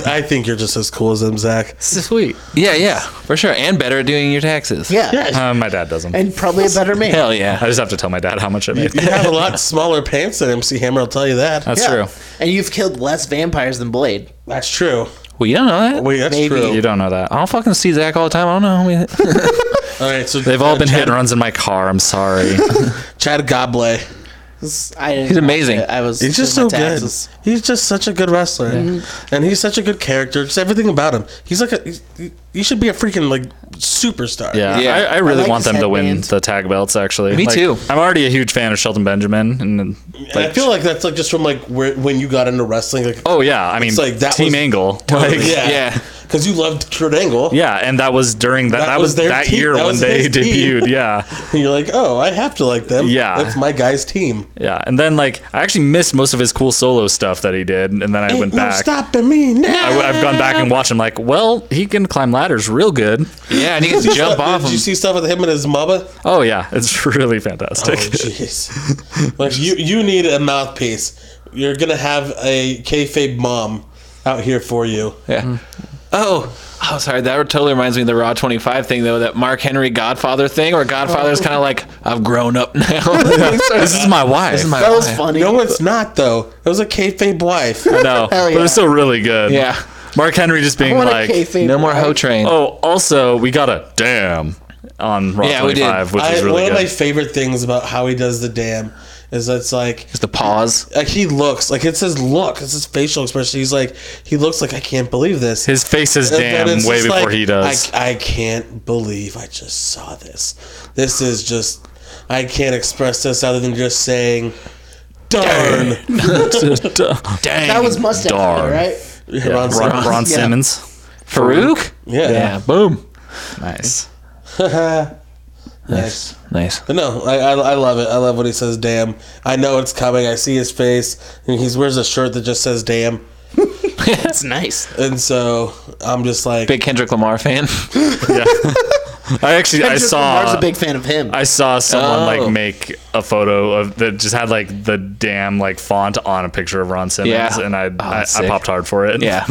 I think you're just as cool as him, Zach. Sweet. Yeah, yeah, for sure, and better at doing your taxes. Yeah. Uh, my dad doesn't. And probably a better man. Hell I yeah. just have to tell my dad how much I <laughs> made. <laughs> You have a lot smaller pants than MC Hammer. I'll tell you that. That's Yeah. true. And you've killed less vampires than Blade. That's true. Well, you don't know that. Wait, that's Maybe. You true. don't know that. I don't fucking see Zach all the time. I don't know. homie. All right, so They've all been hit Chad, and runs in my car. I'm <laughs> sorry. Chad Goble. I He's amazing. I was. He's just so doing my good. Mm-hmm. taxes. He's just such a good wrestler, and he's such a good character. Just everything about him. He's like a. he's- he- He should be a freaking like superstar. Yeah, Yeah. I, I really I like want his them to win headband. the tag belts. Actually, Me Like, too. I'm already a huge fan of Shelton Benjamin, and And I like, feel like that's like just from like where, when you got into wrestling, like <laughs> oh yeah, I mean, It's like like that Team was- Angle, like, yeah. yeah, yeah. because you loved Kurt Angle. and that was during that. That, was, their that team- year that when was they his team. debuted. Yeah, And you're like, oh, I have to like them. Yeah. that's my guy's team. yeah, and then like I actually missed most of his cool solo stuff that he did, and then I went no back. stopping me now. I, have gone back and watched him. Like, well, he can climb ladders real good. Yeah, and he gets to jump <laughs> Did off him. you see stuff with him and his mama? Oh yeah, it's <laughs> really fantastic. Oh, Jeez, like you, you need a mouthpiece. You're gonna have a kayfabe mom out here for you. Yeah. Oh, oh, sorry. That totally reminds me of the Raw 25 thing, though. That Mark Henry Godfather thing, where Oh. Godfather's kind of like, I've grown up now. this is my <laughs> wife. This is my That was wife. funny. No, it's not though. It was a <laughs> kayfabe wife. no, Hell but yeah. it's still really good. Yeah. Mark Henry just being What a like, kayfabe No more wife. Ho Train. Oh, also we got a damn on Raw Yeah, we did. 25, which I, is really one good. of my favorite things about how he does the damn is that's like Just the pause. like he looks like it's his look, it's his facial expression. He's like he looks like I can't believe this. His face is And then damn it's way just before like, he does. I, I can't believe I just saw this. This is just I can't express this other than just saying darn. Dang. That was mustache, Darn. right? Yeah, Ron, Simmons. Yeah. Ron Simmons. Farouk? <laughs> Yeah. Yeah, boom. Nice. Nice. Nice. But no, I, I, I love it. I love when he says "damn." I know it's coming. I see his face, and he wears a shirt that just says "damn." That's nice. And so I'm just like, Big Kendrick Lamar fan. <laughs> Yeah. <laughs> I actually I Kendrick saw Lamar's a big fan of him. I saw someone Oh. like make a photo of that just had like the damn like font on a picture of Ron Simmons, Yeah. and I, Oh, I, that's I sick. popped hard for it. <laughs> yeah.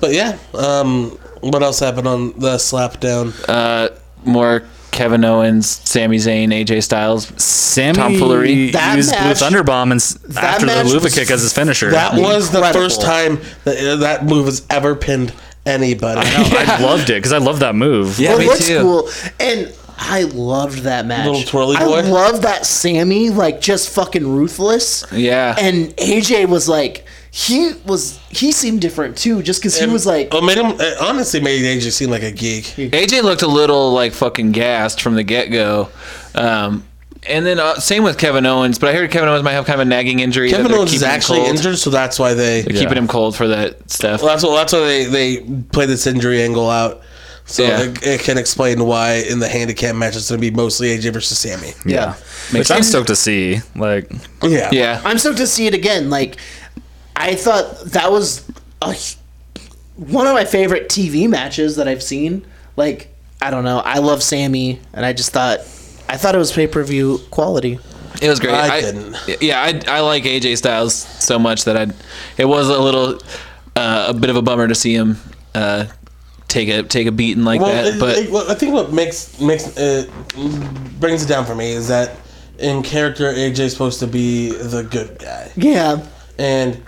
but yeah. Um, what else happened on the slapdown? Uh, more Kevin Owens, Sami Zayn, AJ Styles. Sammy Tomfoolery. That used match- Blue Thunderbomb and s- after the match Luva was- kick as his finisher. that was the Incredible. first time that uh, that move has ever pinned anybody. <laughs> I loved it because I loved that move. Yeah, Well, me what's too. cool and I loved that match. Little twirly boy? I love that Sammy, like just fucking ruthless. Yeah. And AJ was like, he was he seemed different too, just because he was like, Well, made him it honestly made AJ seem like a geek. AJ looked a little like fucking gassed from the get go. Um, and then uh, same with Kevin Owens, but I heard Kevin Owens might have kind of a nagging injury. that Kevin they're Owens is keeping him actually cold. injured, so that's why they. They're keeping him cold for that stuff. Well, that's why that's why they they play this injury angle out. So Yeah. it, it can explain why in the handicap match it's going to be mostly AJ versus Sammy. yeah. Which I'm stoked to see. Like, Yeah. yeah, I'm stoked to see it again. Like, I thought that was a, hu- one of my favorite TV matches that I've seen. Like, I don't know. I love Sammy, and I just thought, I thought it was pay per view quality. it was great. I didn't. Yeah, I, I like AJ Styles so much that I. It was a little, uh, a bit of a bummer to see him uh, take a take a beating like Well, that. it- but it- well, I think what makes makes it brings it down for me is that in character AJ's supposed to be the good guy, Yeah. and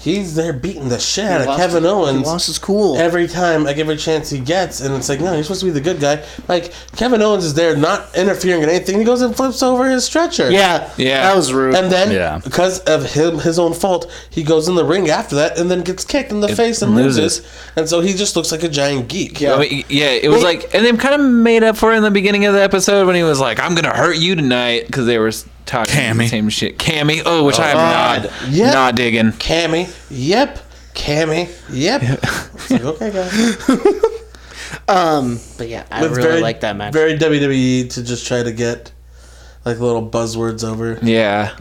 he's there beating the shit out of lost Kevin his- Owens. He lost his cool. Every time, like every chance he gets, and it's like, no, you're supposed to be the good guy. Like Kevin Owens is there, not interfering in anything. He goes and flips over his stretcher. yeah. Yeah. That was rude. And then, Yeah. because of him, his own fault, he goes in the ring after that, and then gets kicked in the face and loses. loses. And so he just looks like a giant geek. I Yeah. mean, yeah, it was Wait. like, and they kind of made up for it in the beginning of the episode when he was like, "I'm gonna hurt you tonight" because they were s- talking the Cammy. same shit. Cammy, oh, which I am God. not, Yeah. not digging. Cammy. Yep. Cammy. Yep. It's like, okay, guys. um, but yeah, I It's really like that match. Very WWE to just try to get like little buzzwords over. Yeah,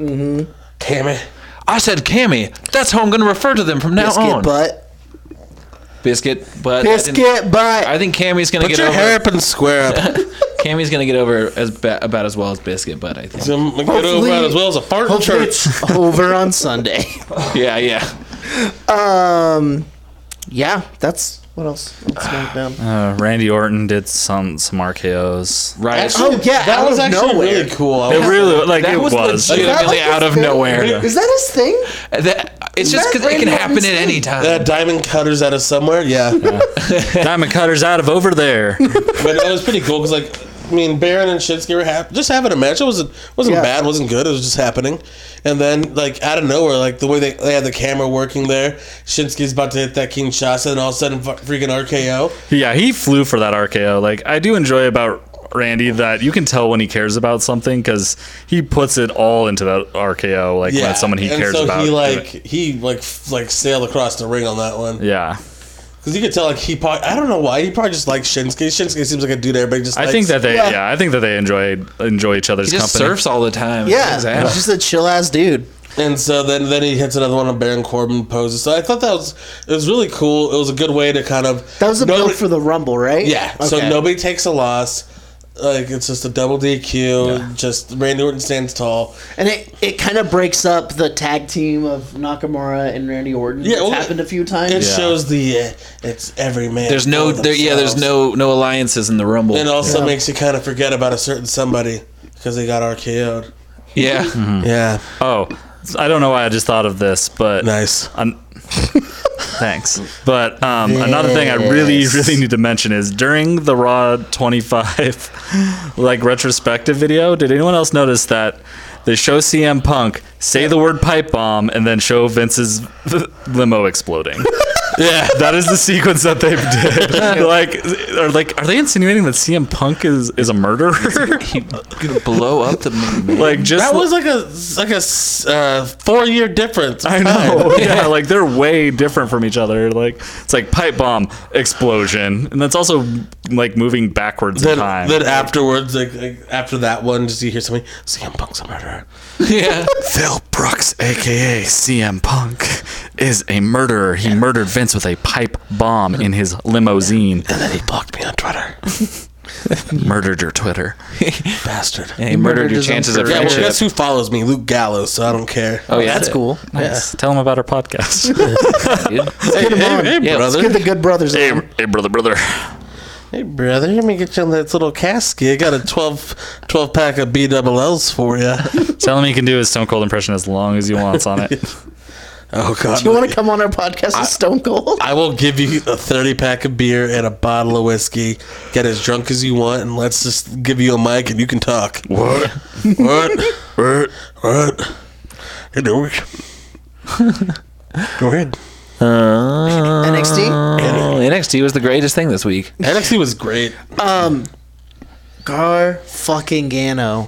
Cammy. I said Cammy. That's how I'm gonna refer to them from now Biscuit on. <laughs> butt. Biscuit, but Biscuit butt. I think Cammy's gonna Put get your over. hair up and square up. Cammy's gonna get over as ba- about as well as Biscuit, but <laughs> I think. Some- get over Hopefully- that as well as a fart in Hopefully church. it's over on Sunday. Yeah, yeah. Um, yeah, that's what else? What's <sighs> SmackDown? Uh, Randy Orton did some some RKOs. Right. <laughs> Actually, Oh, yeah, that out was of actually nowhere. really cool. I It was- really like that it was was. Is legit. that Legitimately his out of thing? nowhere. Is that his thing? That, it's just That 'cause it can Randy happen Orton's at any thing. time. That diamond cutters out of somewhere. Yeah. Diamond cutters out of over there. but it was pretty cool because like I mean Baron and Shinsuke were hap- just having a match. It wasn't wasn't Yeah. bad, wasn't good. It was just happening, and then like out of nowhere, like the way they, they had the camera working there, Shinsuke's about to hit that Kinshasa, and all of a sudden fu- freaking RKO. yeah, he flew for that RKO. Like I do enjoy about Randy that you can tell when he cares about something because he puts it all into that RKO. Like when it's someone he and cares so about. He like he like f- like sailed across the ring on that one yeah, because you could tell like he probably I don't know why he probably just likes Shinsuke. Shinsuke seems like a dude everybody just. I likes. think that they Yeah. yeah. I think that they enjoy enjoy each other's he just company. surfs all the time. Yeah, exactly. he's just a chill ass dude. And so then, then he hits another one on Baron Corbin poses. So I thought that was it was really cool. It was a good way to kind of That was a Nobody- build for the Rumble, right? Yeah. So Okay. nobody takes a loss. Like it's just a double DQ. Just Randy Orton stands tall. and it, it kind of breaks up the tag team of Nakamura and Randy Orton. Yeah, Yeah, well, happened a few times. It Yeah. shows the uh, it's every man. There's no, for there, yeah. There's themselves. no no alliances in the Rumble. And also makes you kind of forget about a certain somebody because they got RKO'd. yeah. <laughs> Yeah. Oh, I don't know why I just thought of this, but Nice. <laughs> Um, thanks. But um, another thing I really, really need to mention is during the Raw 25 like retrospective video, did anyone else notice that they show CM Punk say the word pipe bomb and then show Vince's <laughs> limo <laughs> exploding? Yeah. that is the sequence that they <laughs> did. like, are like, are they insinuating that CM Punk is is a murderer? gonna blow up the moon. like, just That was like a like a s- uh, four year <laughs> difference. I know. Oh, Yeah, like they're way different from each other. Like it's like pipe bomb explosion, and that's also like moving backwards in Then, time. then afterwards, like, like after that one, just you hear something. CM Punk's a murderer. <laughs> yeah. Phil Brooks, aka CM Punk, is a murderer. He murdered Vince with a pipe bomb in his limousine. And then he blocked me on Twitter. <laughs> Murdered your Twitter. Bastard. He murdered your chances of Yeah, well, friendship. guess who follows me? Luke Gallows, so I don't care. oh yeah, that's cool. Nice. Tell him about our <laughs> podcast. <laughs> dude. Hey, hey, hey, Yeah, let's brother. Get the good brothers. hey, on. hey, brother, brother. Hey, brother. Let me get you on that little casket. I got a 12, 12 pack of B double L's for you. Tell him he can do his Stone Cold impression as long as he wants on it. <laughs> Oh, God. Do you want to come on our podcast with Stone <laughs> Cold? I will give you a 30 pack of beer and a bottle of whiskey. Get as drunk as you want, and let's just give you a mic and you can talk. What? <laughs> What? what? What? Hey, do <laughs> it. Go ahead. NXT. Oh, NXT was the greatest thing this week. NXT was great. Um, Gar fucking Gano.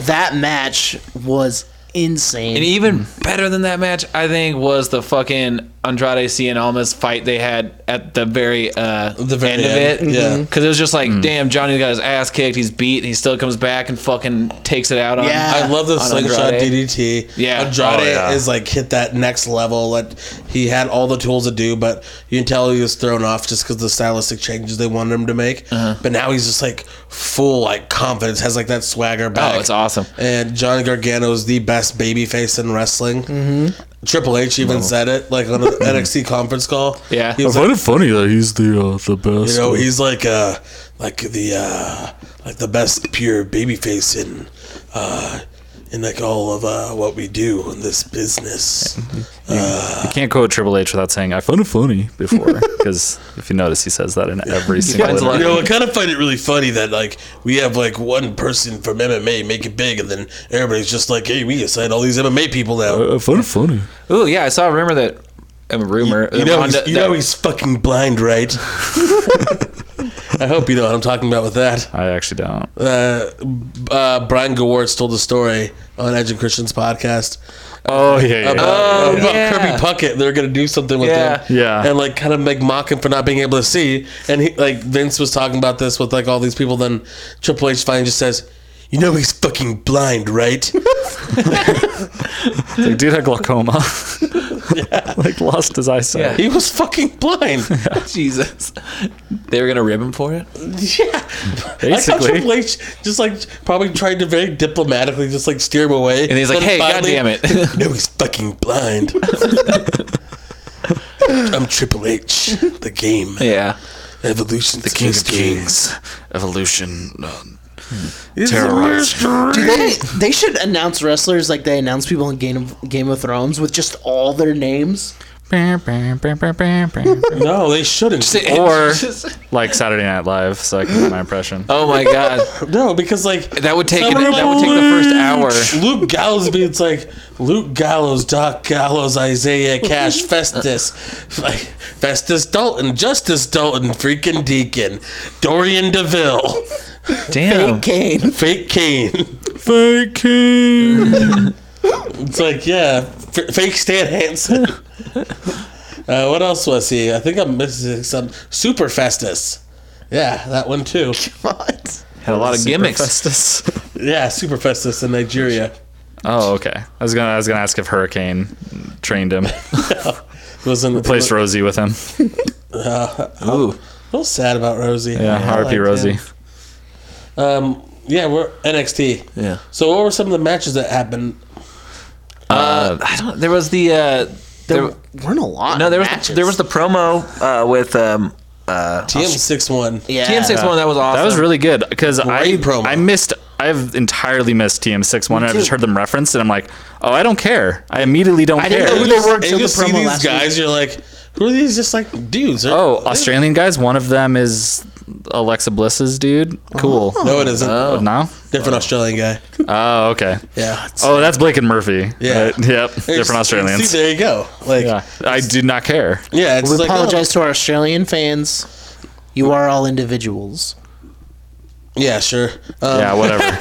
That match was insane. Mm-hmm. And even better than that match, I think, was the fucking Andrade Cien Almas fight they had at the very uh The very end, of end, it. yeah. Mhm. Because it was just like, damn, Johnny got his ass kicked, he's beat, and he still comes back and fucking takes it out on Yeah. I love the on slingshot Andrade. DDT. Yeah. Andrade Oh, yeah. is like hit that next level. Like he had all the tools to do, but you can tell he was thrown off just because the stylistic changes they wanted him to make. Uh-huh. But now he's just like full like confidence, has like that swagger back. Oh, it's awesome. And Johnny Gargano is the best babyface in wrestling. Mm-hmm. Triple H even said it like on his <laughs> the NXT conference call. Yeah. he was like, it funny that he's the uh, the best. you know, he's like uh, like the uh, like the best pure babyface in uh, in like all of uh, what we do in this business. you can't quote Triple H without saying "I found it funny" before, because if you notice, he says that in every single. finds a interview. You know, I kind of find it really funny that like we have like one person from MMA make it big, and then everybody's just like, "Hey, we assign all these MMA people now." I found it funny. Ooh, yeah, I saw a rumor that a rumor. You know, Ronda- he's, you that- know <laughs> he's fucking blind, right? I hope you know what I'm talking about with that. I actually don't. Uh, uh, Brian Gewirtz told a story on Edge and Christian's podcast Oh yeah, yeah. about, Oh, about yeah. Kirby Puckett. They're gonna do something with Yeah. him, Yeah. and like kind of like mock him for not being able to see. And he, like Vince was talking about this with like all these people. Then Triple H finally just says, "You know he's fucking blind, right?" <laughs> Like, dude had glaucoma. <laughs> like lost his eyesight. Yeah. he was fucking blind. Jesus, they were gonna rib him for it. yeah, I Basically. thought Triple H just like probably tried to very diplomatically just like steer him away. And he's like, But "Hey, finally- goddamn <laughs> it!" No, he's fucking <laughs> blind. I'm Triple H, the game. yeah, Evolution, the King of Kings, Evolution. uh, <laughs> Dude, they, they should announce wrestlers like they announce people in Game of, Game of Thrones with just all their names. <laughs> No, they shouldn't. Or like Saturday Night Live, so I can get my impression. oh my god, <laughs> no, because like that would take an, Summer that would take the first hour. Luke Gallows be it's like Luke Gallows, Doc Gallows, Isaiah Cash, Festus, like Festus Dalton, Justice Dalton, freaking Deacon, Dorian Deville, Damn, Kane. Fake Kane. Fake King. <laughs> It's like yeah, f- Fake Stan Hansen. Uh, what else was he? I think I'm missing some Super Festus. Yeah, that one too. What? had a lot of gimmicks. Festus. Yeah, Super Festus in Nigeria. Oh, okay. I was gonna I was gonna ask if Hurricane trained him, Was in the placed Rosie with him. Ooh, A little sad about Rosie. Yeah, I R.P. liked Rosie. him. Um, yeah, we're NXT. yeah. So what were some of the matches that happened? Uh, I don't. There was the uh, There there. weren't a lot. No, of there was matches. there was the promo uh, with um, uh, TM61. yeah. TM61. That was awesome. That was really good because I Great promo. I missed I've entirely missed TM61 and I've just heard them referenced and I'm like, oh, I don't care. I immediately don't I care. didn't know who And they you were until the just see promo these last week. guys, you're like, who are these? Just like dudes. They're- Oh, Australian guys. One of them is Alexa Bliss's dude. Cool. no, it isn't. Oh, no. Different Australian guy. Oh, okay. Yeah. Oh, that's Blake and Murphy. Yeah. Right? Yep. Different Australians. See, there you go. Like, Yeah. yeah, I do not care. it's We like, oh, oh. apologize to our Australian fans. You are all individuals. oh, yeah, sure. Um, Yeah, whatever.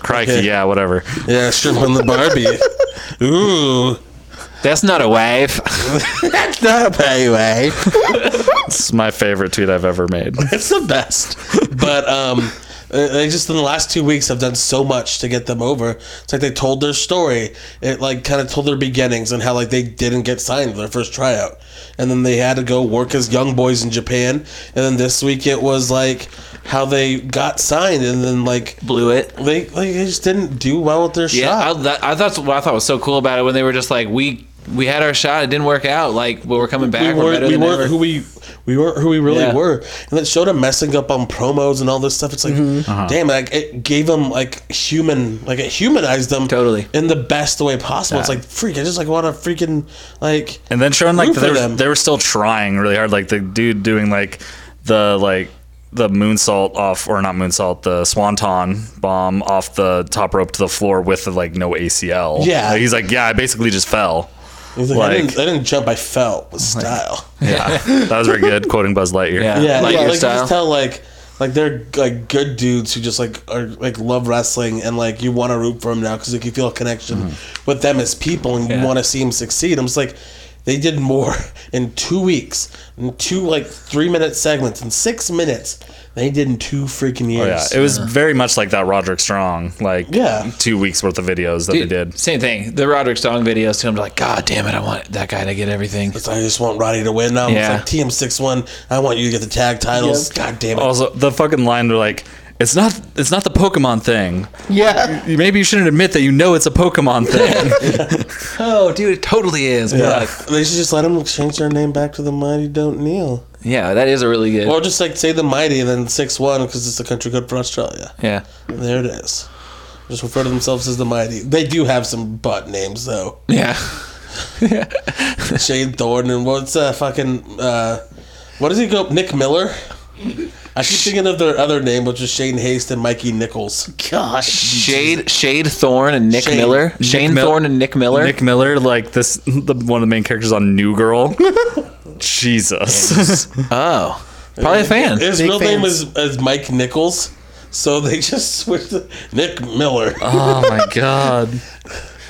Crikey. Yeah, whatever. yeah, shrimp on the Barbie. Ooh, That's not a wave. that's not a pay way. It's my favorite tweet I've ever made. It's the best. But um, uh, they just in the last two weeks have done so much to get them over. It's like they told their story. It like kind of told their beginnings and how like they didn't get signed their first tryout, and then they had to go work as young boys in Japan. And then this week it was like how they got signed, and then like Blew it. they like they just didn't do well with their Yeah, I, shot. that, I thought what I thought was so cool about it when they were just like we we had our shot, it didn't work out. Like, but we're coming back. we We are weren't, better we than weren't ever. who we we weren't who we really Yeah. were, and it showed him messing up on promos and all this stuff. It's like, Mm-hmm. damn, like it gave him like human, like it humanized them Totally. in the best way possible. It's like freak, I just like want to freaking like And then showing like Root that for they were, them. they were still trying really hard. Like the dude doing like the like the moonsault off or not moonsault the swanton bomb off the top rope to the floor with like no ACL. Yeah. Like, he's like, yeah, I basically just fell. he's like, I, Like- didn't, I didn't jump, I fell with style. Yeah, that was very <laughs> good. Quoting Buzz Lightyear. Yeah. yeah, Like yeah, your like you style? just tell like like they're like good dudes who just like are like love wrestling and like you want to root for them now because like you feel a connection with them as people and Yeah. you want to see them succeed. I'm just like. They did more <laughs> in two weeks, in two like three minute segments, in six minutes. They did in two freaking Oh, years. yeah. It was very much like that Roderick Strong, like Yeah. two weeks worth of videos that Dude, they did. Same thing. The Roderick Strong videos too. I'm like, God damn it, I want that guy to get everything. It's like, I just want Roddy to win now. Yeah. It's like TM61. I want you to get the tag titles. God damn it. Oh, Also, the fucking line they're like, It's not. It's not the Pokemon thing. Yeah. You- Maybe you shouldn't admit that you know it's a Pokemon <laughs> thing. Oh, dude, it totally is. Yeah. Yeah, They should just let them change their name back to the Mighty Don't Kneel. yeah that is a really good. Or just like say the Mighty and then 6 1 because it's the country code for Australia. yeah. There it is. Just refer to themselves as the Mighty. They do have some butt <laughs> names though. Yeah. Shane Thorne and what's uh fucking uh what does he go Nick Miller? I keep thinking of their other name, which is Shane Haste and Mikey Nichols. Gosh. Shade Shade Thorne and Nick Shane- Miller. Nick Shane Mil- Thorne and Nick Miller. Nick Miller, like this, the one of the main characters on New Girl. <laughs> Jesus. oh. Probably a fan. <laughs> His Big real name fans. is, is Mike Nichols, so they <laughs> just switched to Nick Miller. Uh-huh. oh my God.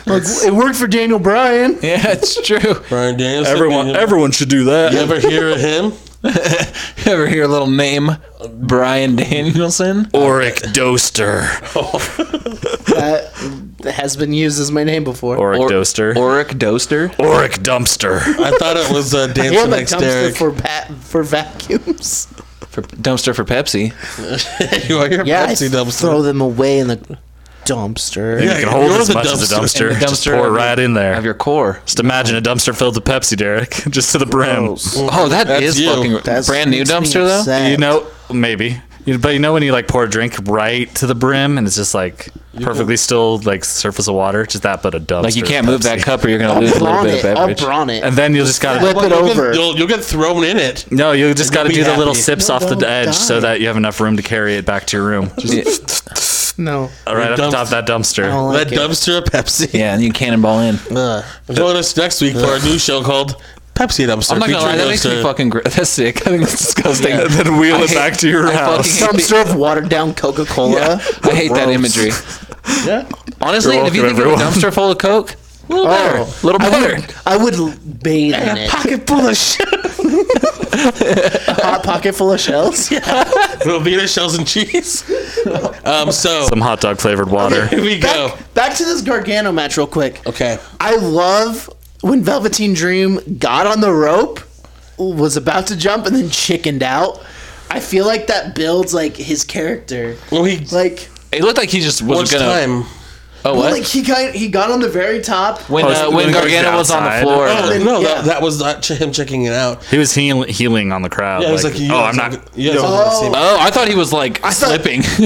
Look, it worked for Daniel Bryan. Yeah, it's true. Brian Danielson. Everyone, you, everyone should do that. you ever hear of him? <laughs> Ever hear a little name? Brian Danielson? Oric Doster. That has been used as my name before. Oric Or- Doster. Oric Doster? Oric Dumpster. I thought it was <laughs> uh, yeah, but Dancing Next dumpster Derek. for, va- for vacuums. For, dumpster for Pepsi. <laughs> you are your Yeah, I Pepsi dumpster. throw them away in the dumpster. you Yeah, can hold you're as the much as a dumpster. dumpster. And the Just dumpster pour of your- right in there. Of your core. Just imagine a dumpster filled with Pepsi, Derek, <laughs> just to the brim. Gross. Oh, that That's is you. fucking That's- brand new makes me dumpster though. upset. You know, maybe. You- But you know when you like pour a drink right to the brim and it's just like perfectly still like surface of water, just that but a dumpster. Like you of can't move that Pepsi. cup or you're gonna lose a little Brawn bit of it. I'll beverage. brawn it. And then you'll just gotta Flip it You'll get- over. You'll, you'll get thrown in it. no, you just gotta be do the little happy. sips No, off the don't edge die. so that you have enough room to carry it back to your room. Just Yeah, No. right up dump- top of that dumpster. I don't That like it. dumpster of <laughs> Pepsi. yeah, and you cannonball in. Join us next week for our new show called Pepsi Dumpster. I'm not gonna lie, featuring that makes me dumpster. fucking. Gr- <laughs> that's sick. I think that's disgusting. And <laughs> then wheel I it hate- back to your I fucking house. hate the- Dumpster of watered down Coca Cola. I hate that imagery. Yeah. Honestly, You're if you welcome, think of a everyone. dumpster full of Coke, a little better. A little better. I would, I would bathe in it. Pocket full of shit. <laughs> A hot pocket full of shells. Velveeta shells and cheese. <laughs> Um, so <laughs> Some hot dog flavored <laughs> water. here we go. Back, back to this Gargano match, real quick. Okay. I love when Velveteen Dream got on the rope, was about to jump, and then chickened out. I feel like that builds like his character. Well, he Like, It looked like he just was was gonna. time. Oh what? well, like he got he got on the very top. when Oh, uh, so when when Gargano Gargano was on the outside. floor. Oh, no, yeah. that, that was not ch- him checking it out. He was heal- healing on the crowd. Yeah, I was like, like, you oh, I'm guys not. are- You guys Oh. are <laughs> Oh, I thought he was like thought- slipping. <laughs> so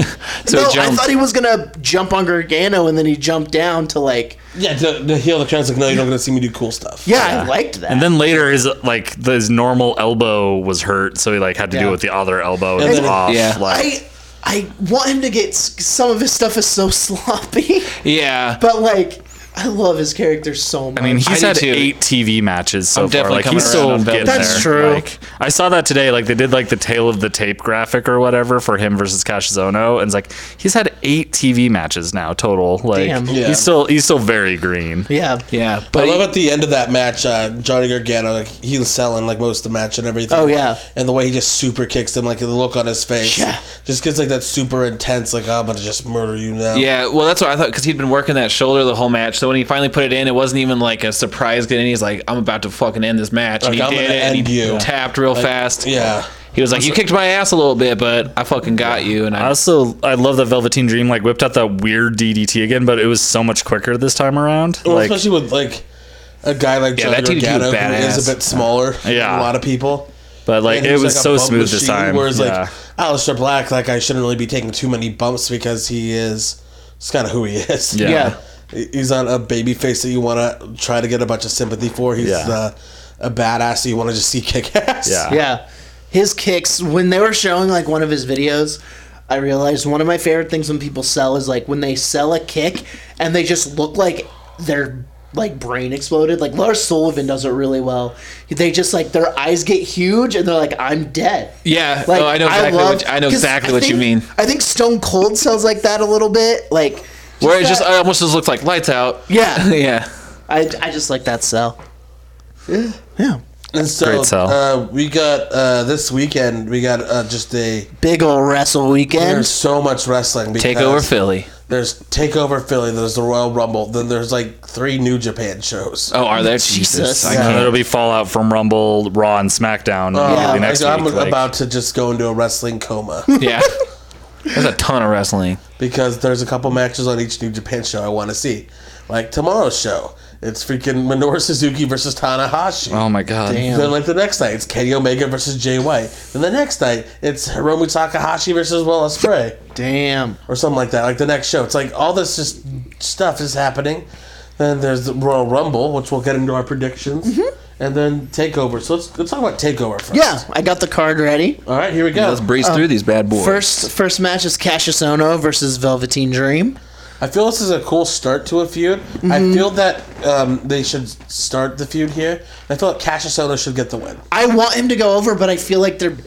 no, he I jumped. thought he was gonna jump on Gargano, and then he jumped down to like. Yeah, to, to heal the crowd's like, no, you're not gonna see me do cool stuff. Yeah, I liked that. <laughs> And then later, his like the, his normal elbow was hurt, so he like had to do Yeah. it with the other elbow and, And it was then- off. yeah. like- I I want him to get s- some of his stuff is so <laughs> sloppy, yeah. but like I love his character so much. I mean, he's do had too. eight TV matches so I'm far. definitely Like coming he's around still on Velvet. getting That's there. true. Like I saw that today. Like they did like the tail of the tape graphic or whatever for him versus Cashizono, and it's like he's had eight TV matches now total. Like Damn. Yeah. he's still he's still very green. yeah, yeah. I But love at the end of that match, uh, Johnny Gargano, like, he was selling like most of the match and everything. Oh, yeah. and the way he just super kicks him, like the look on his face, Yeah. just gets like that super intense, like I'm gonna just murder you now. yeah, well, that's what I thought because he'd been working that shoulder the whole match. So when he finally put it in, it wasn't even like a surprise get in. He's like, "I'm about to fucking end this match," and Like, he "I'm did gonna it. And end he you." tapped real fast. yeah. He was like, "You kicked my ass a little bit, but I fucking got you." And I I, also I love that Velveteen Dream like whipped out that weird DDT again, but it was so much quicker this time around. Well, like especially with like a guy like Yeah, Johnny that dude- dude Gargano, was who is badass. a bit smaller. Yeah. than a lot of people. but like And it he's, was like, a so bump smooth this machine, time. Whereas Yeah. like Aleister Black, like I shouldn't really be taking too many bumps because he is. It's kind of who he is. Yeah. yeah. He's not a baby face that you want to try to get a bunch of sympathy for. He's Yeah. uh, a badass that you want to just see kick <laughs> ass. Yeah. Yeah. His kicks, when they were showing like one of his videos, I realized one of my favorite things when people sell is like when they sell a kick and they just look like their like brain exploded. Like Lars Sullivan does it really well. They just like their eyes get huge and they're like, I'm dead. yeah, Like oh, I know exactly. love- what, I know 'cause exactly I what you think- mean. I think Stone Cold sells like that a little bit. Like Where it just that- I almost just looked like lights out. Yeah. yeah. <laughs> I, I just like that sell. Yeah. And so Great sell. Uh, we got uh, this weekend. We got uh, just a Big ol' wrestle there's weekend. so much wrestling. Because Take over Philly. There's Takeover Philly. There's the Royal Rumble. Then there's like three New Japan shows. Oh, are there? Jesus. Jesus. I Yeah. And can't. it'll be Fallout from Rumble, Raw, and SmackDown Uh, immediately like, Oh, next I'm week. like- about to just go into a wrestling coma. Yeah. There's a ton of wrestling. because there's a couple matches on each New Japan show I want to see. Like tomorrow's show, it's freaking Minoru Suzuki versus Tanahashi. Oh my god. Then like the next night, it's Kenny Omega versus Jay White. Then the next night, it's Hiromu Takahashi versus Will Ospreay Damn. or something like that. Like the next show, it's like all this just stuff is happening. Then there's the Royal Rumble, which we'll get into our predictions, and then Takeover. So let's let's talk about Takeover first. Yeah, I got the card ready. All right, here we go. Let's breeze through these bad boys. First, first match is Cassius Ono versus Velveteen Dream. I feel this is a cool start to a feud. I Mm-hmm. feel that um, they should start the feud here. I feel like Cassius Ohno should get the win. I want him to go over, but I feel like they're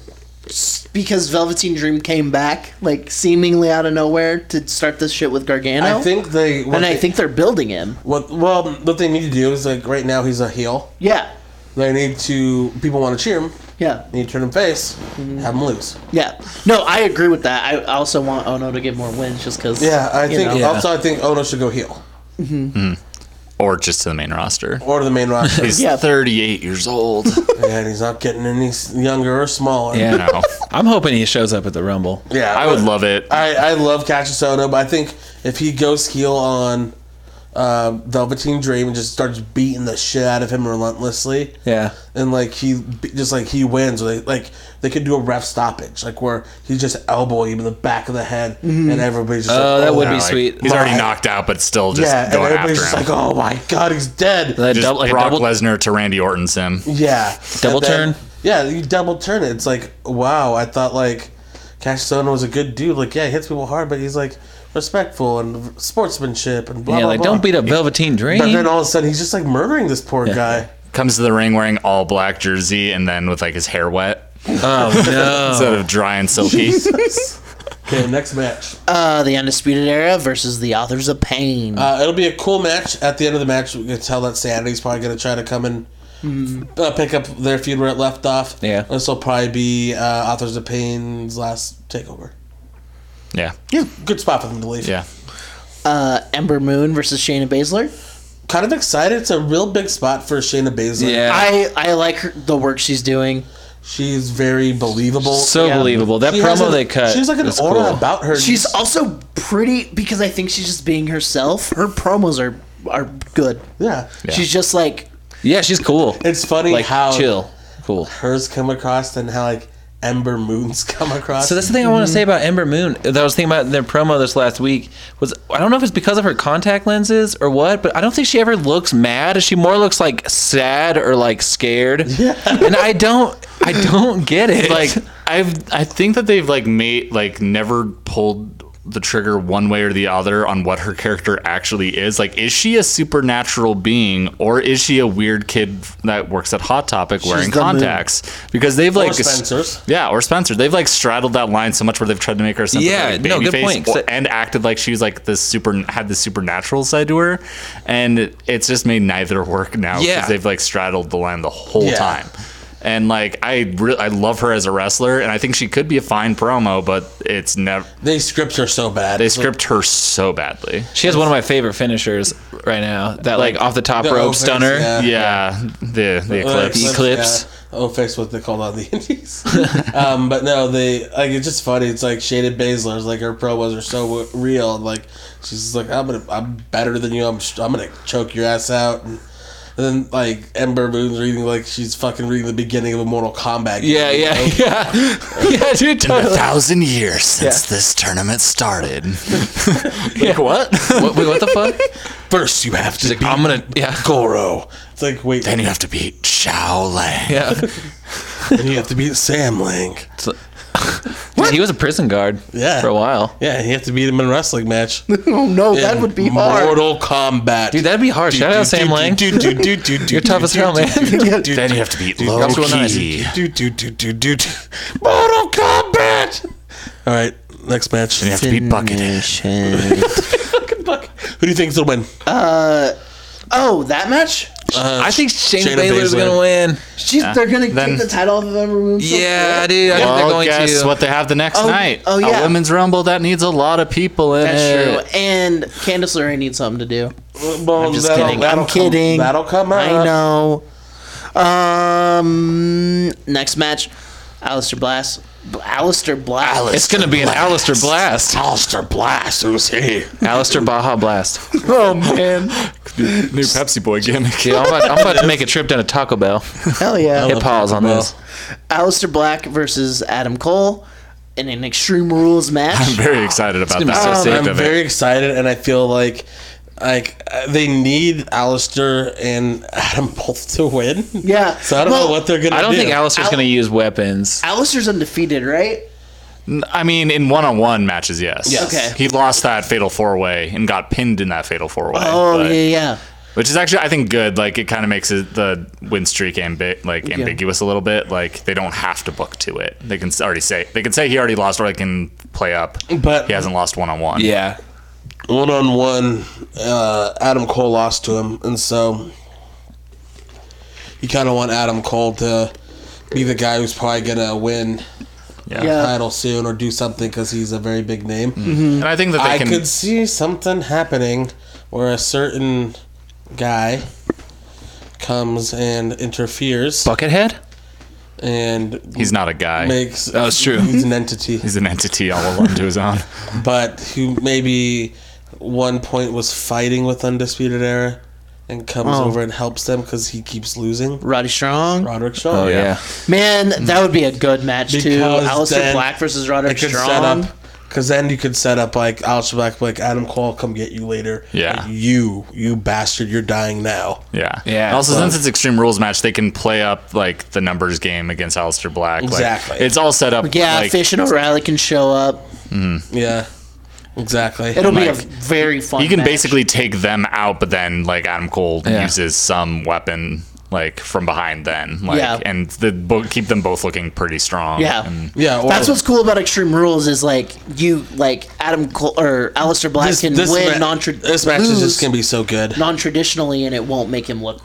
because Velveteen Dream came back like seemingly out of nowhere to start this shit with Gargano. I think they. what and I they- think they're building him. What well, what they need to do is like right now he's a heel. Yeah, They need to people want to cheer him. yeah, They need to turn him face, Mm-hmm. have him lose. yeah. No, I agree with that. I also want Ono to get more wins just because. Yeah, I think Yeah. also I think Ono should go heel Or just to the main roster. or to the main <laughs> roster. He's Yeah. 38 years old. <laughs> and he's not getting any s- younger or smaller. yeah, No. I'm hoping he shows up at the Rumble. yeah. I would love it. I, I love Cassius Ohno, but I think if he goes heel on um, Velveteen Dream and just starts beating the shit out of him relentlessly, Yeah. and like he be- just like he wins, like, like they could do a ref stoppage, like where he's just elbowing him in the back of the head, and everybody's just Oh, like, that would Yeah, be like, sweet. He's already My- knocked out, but still just yeah, and going after him. everybody's just like, oh my god, he's dead. That just double, like a Brock double- Lesnar to Randy Orton's him. Yeah. Double And then- turn? Yeah, you double turn it. It's like, wow, I thought like Cash Ohno was a good dude. Like, yeah, he hits people hard, but he's like respectful and sportsmanship and blah yeah, blah like blah. don't beat up Velveteen Dream. But then all of a sudden he's just like murdering this poor guy. Comes to the ring wearing all black jersey and then with like his hair wet oh <laughs> no. instead of dry and <laughs> silky. Okay, next match. Uh, the Undisputed Era versus the Authors of Pain. <laughs> Uh, it'll be a cool match. At the end of the match, we can tell that Sanity's probably going to try to come and uh, pick up their feud where it left off. Yeah. This will probably be uh, Authors of Pain's last takeover. yeah. Good spot for them to leave. Yeah. Uh, Ember Moon versus Shayna Baszler. Kind of excited. It's a real big spot for Shayna Baszler. Yeah. I I like her, the work she's doing. She's very believable. so Yeah. believable. That She has promo an- they cut. She has like an was aura cool. about her. She's also pretty because I think she's just being herself. Her promos are are good. yeah. She's just like Yeah, she's cool. It's funny like how chill, cool. hers come across and how like Ember Moon's <laughs> come across. So that's the thing I want to Mm-hmm. say about Ember Moon. That I was thinking about in their promo this last week was I don't know if it's because of her contact lenses or what, but I don't think she ever looks mad. She more looks like sad or like <laughs> scared. Yeah. And I don't, I don't get it. Like, Like I've I think that they've like made like never pulled the trigger one way or the other on what her character actually is. Like is she a supernatural being or is she a weird kid that works at Hot Topic wearing the moon. contacts? Because they've like s- Spencer's. Yeah, or Spencer. They've like straddled that line so much where they've tried to make her something Yeah, like no, babyface good point, 'cause or- it- and acted like she was like this super had this supernatural side to her, and it- it's just made neither work now Yeah. they've like straddled the line the whole Yeah. time. And like I re- I love her as a wrestler, and I think she could be a fine promo, but it's never They script her so bad. they script her so badly. <laughs> she has one of my favorite finishers right now. That like, Like, off the top the rope opens, stunner. yeah. Yeah, the the eclipse. Eclipse. <laughs> Eclipse. Yeah. Oh, fix what they call on the indies. <laughs> um, but no, they like it's just funny. It's like shaded Baszler's like her promos are so w- real. and, Like she's just like I'm gonna I'm better than you. I'm sh- I'm gonna choke your ass out. And, then like Ember Moon's reading like she's fucking reading the beginning of a Mortal Kombat. game. Yeah, yeah, <laughs> yeah, <laughs> yeah, dude. A Totally. thousand years since this tournament started. like what? What, wait, what the fuck? First you have to She's like, I'm gonna, yeah, Goro. Oh. It's like wait, Then you have to beat Shao Lang. yeah. then you have to beat Sam Link. Dude, he was a prison guard. Yeah. for a while. Yeah, you have to beat him in a wrestling match. oh no, <laughs> that In would be hard. Mortal Kombat. Dude, that'd be hard. Shout out Sam Lang. You're <laughs> You're tough as hell, man. <laughs> Then you have to beat Low Drop to a nice. Key. do do do do do do. Mortal Kombat. All right, next match. You have to beat Buckethead. Who do you think's gonna win? Oh, that match? I think Shayna Shayna Baylor's Baszler. gonna win. She's they're gonna then- take the title off of Ember Moon. so Yeah, quick. dude. I think they're Well, going guess to. what they have the next night? oh, yeah. A women's rumble that needs a lot of people in That's it. true. Oh. And Candice LeRae needs something to do. I'm just kidding. I'm kidding. that'll come out. I know. Um, next match, Alistair Black Alistair Black. It's going to be an Alistair Blast. Alistair Blast. Who's he? Alistair Baja Blast. Oh man, new Pepsi Boy gimmick. Yeah, I'm, about, I'm about to make a trip down to Taco Bell. Hell yeah. Hit pause on this. Alistair Black versus Adam Cole in an Extreme Rules <laughs> I'm match. very excited about gonna be so that. sick. aspect Think I'm of it. very excited, and I feel like like uh, they need Alistair and Adam both to win. Yeah. So I don't Well, know what they're gonna. I don't do. think Alistair's Al- going to use weapons. Alistair's undefeated, right? I mean, in one-on-one matches, yes. Yes. Okay. He lost that fatal four-way and got pinned in that fatal four-way. Oh but- yeah, yeah. Which is actually, I think, good. Like, it kind of makes it, the win streak ambi- like ambiguous a little bit. Like, they don't have to book to it. They can s- already say they can say he already lost, or they can play up. But- he hasn't lost one-on-one. Yeah. one on one, uh, Adam Cole lost to him, and so you kind of want Adam Cole to be the guy who's probably gonna win yeah. Yeah. title soon or do something because he's a very big name. And I think that Mm-hmm. they I can. could see something happening where a certain guy comes and interferes Buckethead? and he's not a guy. makes That's true. he's an <laughs> entity He's an entity all <laughs> alone to his own. but who maybe one point was fighting with Undisputed Era and comes Oh. over and helps them because he keeps losing. Roddy Strong. Roderick Strong. Oh, yeah. Man, Mm. that would be a good match too. Because Alistair then Black versus They Roderick could Strong. set up because then you could set up like Alex Black, like Adam Cole, come get you later. Yeah. Like, you, you bastard, you're dying now. Yeah. Yeah, And also, so- since it's Extreme Rules match, they can play up like the numbers game against Aleister Black. Like, Exactly. it's all set up. Yeah, like, Fish and O'Reilly can show up. Yeah, exactly. It'll be a Mike, very fun. You can match. basically take them out, but then like Adam Cole Yeah. uses some weapon like from behind. Then like Yeah. and the bo- keep them both looking pretty strong. Yeah. And, yeah, or- That's what's cool about Extreme Rules is like you like Adam Cole or Alistair Black this, can this, win ma- non this match is just gonna be so good. non-traditionally and it won't make him look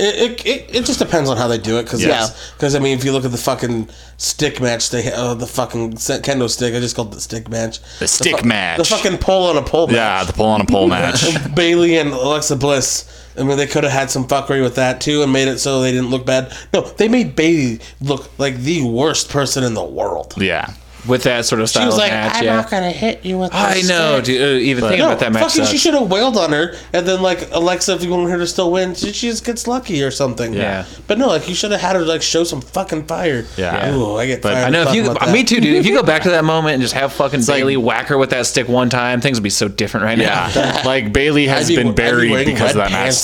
It, it, it, it just depends on how they do it because Yeah. because I mean if you look at the fucking stick match they uh, the fucking se- kendo stick I just called it the stick match The stick match. the fucking pole on a pole yeah, match. the pull on a pull match. Bailey and Alexa Bliss I mean they could have had some fuckery with that too and made it so they didn't look bad no they made Bailey look like the worst person in the world Yeah. With that sort of style she was of like match, I'm yeah. not gonna hit you with I this know, stick." dude. uh, Even thinking No, about that match. fucking, she sucks. should have wailed on her, and then like Alexa, if you want her to still win, she, she just gets lucky or something. Yeah. But no, like you should have had her like show some fucking fire. Yeah. Yeah. Ooh, I get. But fired I I know if talking you, uh, about that. me too, dude. If you go back to that moment and just have fucking Bailey whack her with that stick one time, things would be so different right now. Yeah. <laughs> like Bailey has I'd be- I'd been be buried wearing because of that red match pants.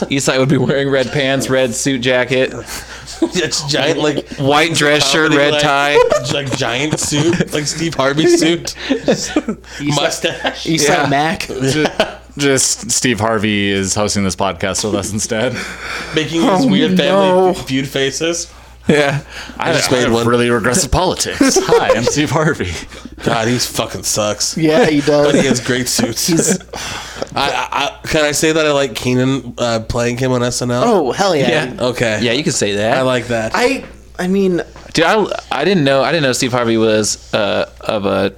<laughs> <laughs> Eastside would be wearing red pants, red suit jacket, <laughs> it's <laughs> giant like white dress shirt, comedy, red like- <laughs> tie. like giant suit, like <laughs> Steve Harvey suit, mustache. Eastside Yeah. Mac. Ju- Just Steve Harvey is hosting this podcast with us instead. making his weird Oh, no. family fe- feud faces. Yeah, I, just I made have one. really regressive politics. Hi, I'm Steve Harvey. God, he's fucking sucks. Yeah, he <laughs> But he does. has great suits. <laughs> I, I, I, can I say that I like Keenan uh, playing him on SNL? oh hell yeah. Yeah. okay. yeah. You can say that. I like that. I I mean dude. I, I didn't know. I didn't know Steve Harvey was uh, of a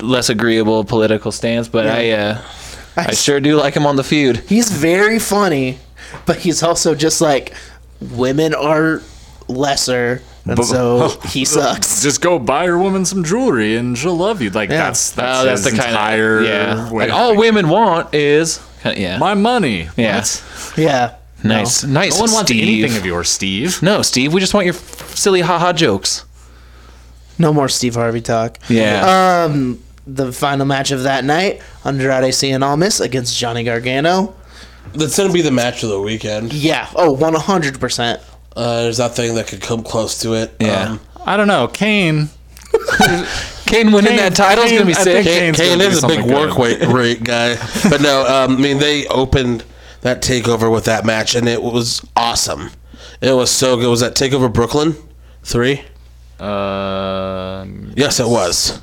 less agreeable political stance, but I, uh, I sure do like him on the feud. he's very funny, but he's also just like women are lesser and But- so <laughs> he sucks. just go buy your woman some jewelry and she'll love you. Like that's that's, Oh, that's the his kind entire of yeah. way Like of all thinking. women want is kinda- yeah. my money. Yeah. What? Yeah. Nice, nice. No one wants Steve. anything of yours, Steve. No, Steve, we just want your f- silly haha jokes. Uh, No more Steve Harvey talk. Yeah. Um the final match of that night, Andrade Cien Almas against Johnny Gargano. That's gonna be the match of the weekend. Yeah. Oh, 100%. Uh, there's nothing that could come close to it. Um, Yeah. I don't know. Kane. Kane winning Kane- that title's going to be Kane- I sick. think Kane's Kane gonna do is a big something work weight rate guy, but no, um, I mean they opened that takeover with that match, and it was awesome. It was so good. Was that takeover Brooklyn three? Uh, Yes, it was.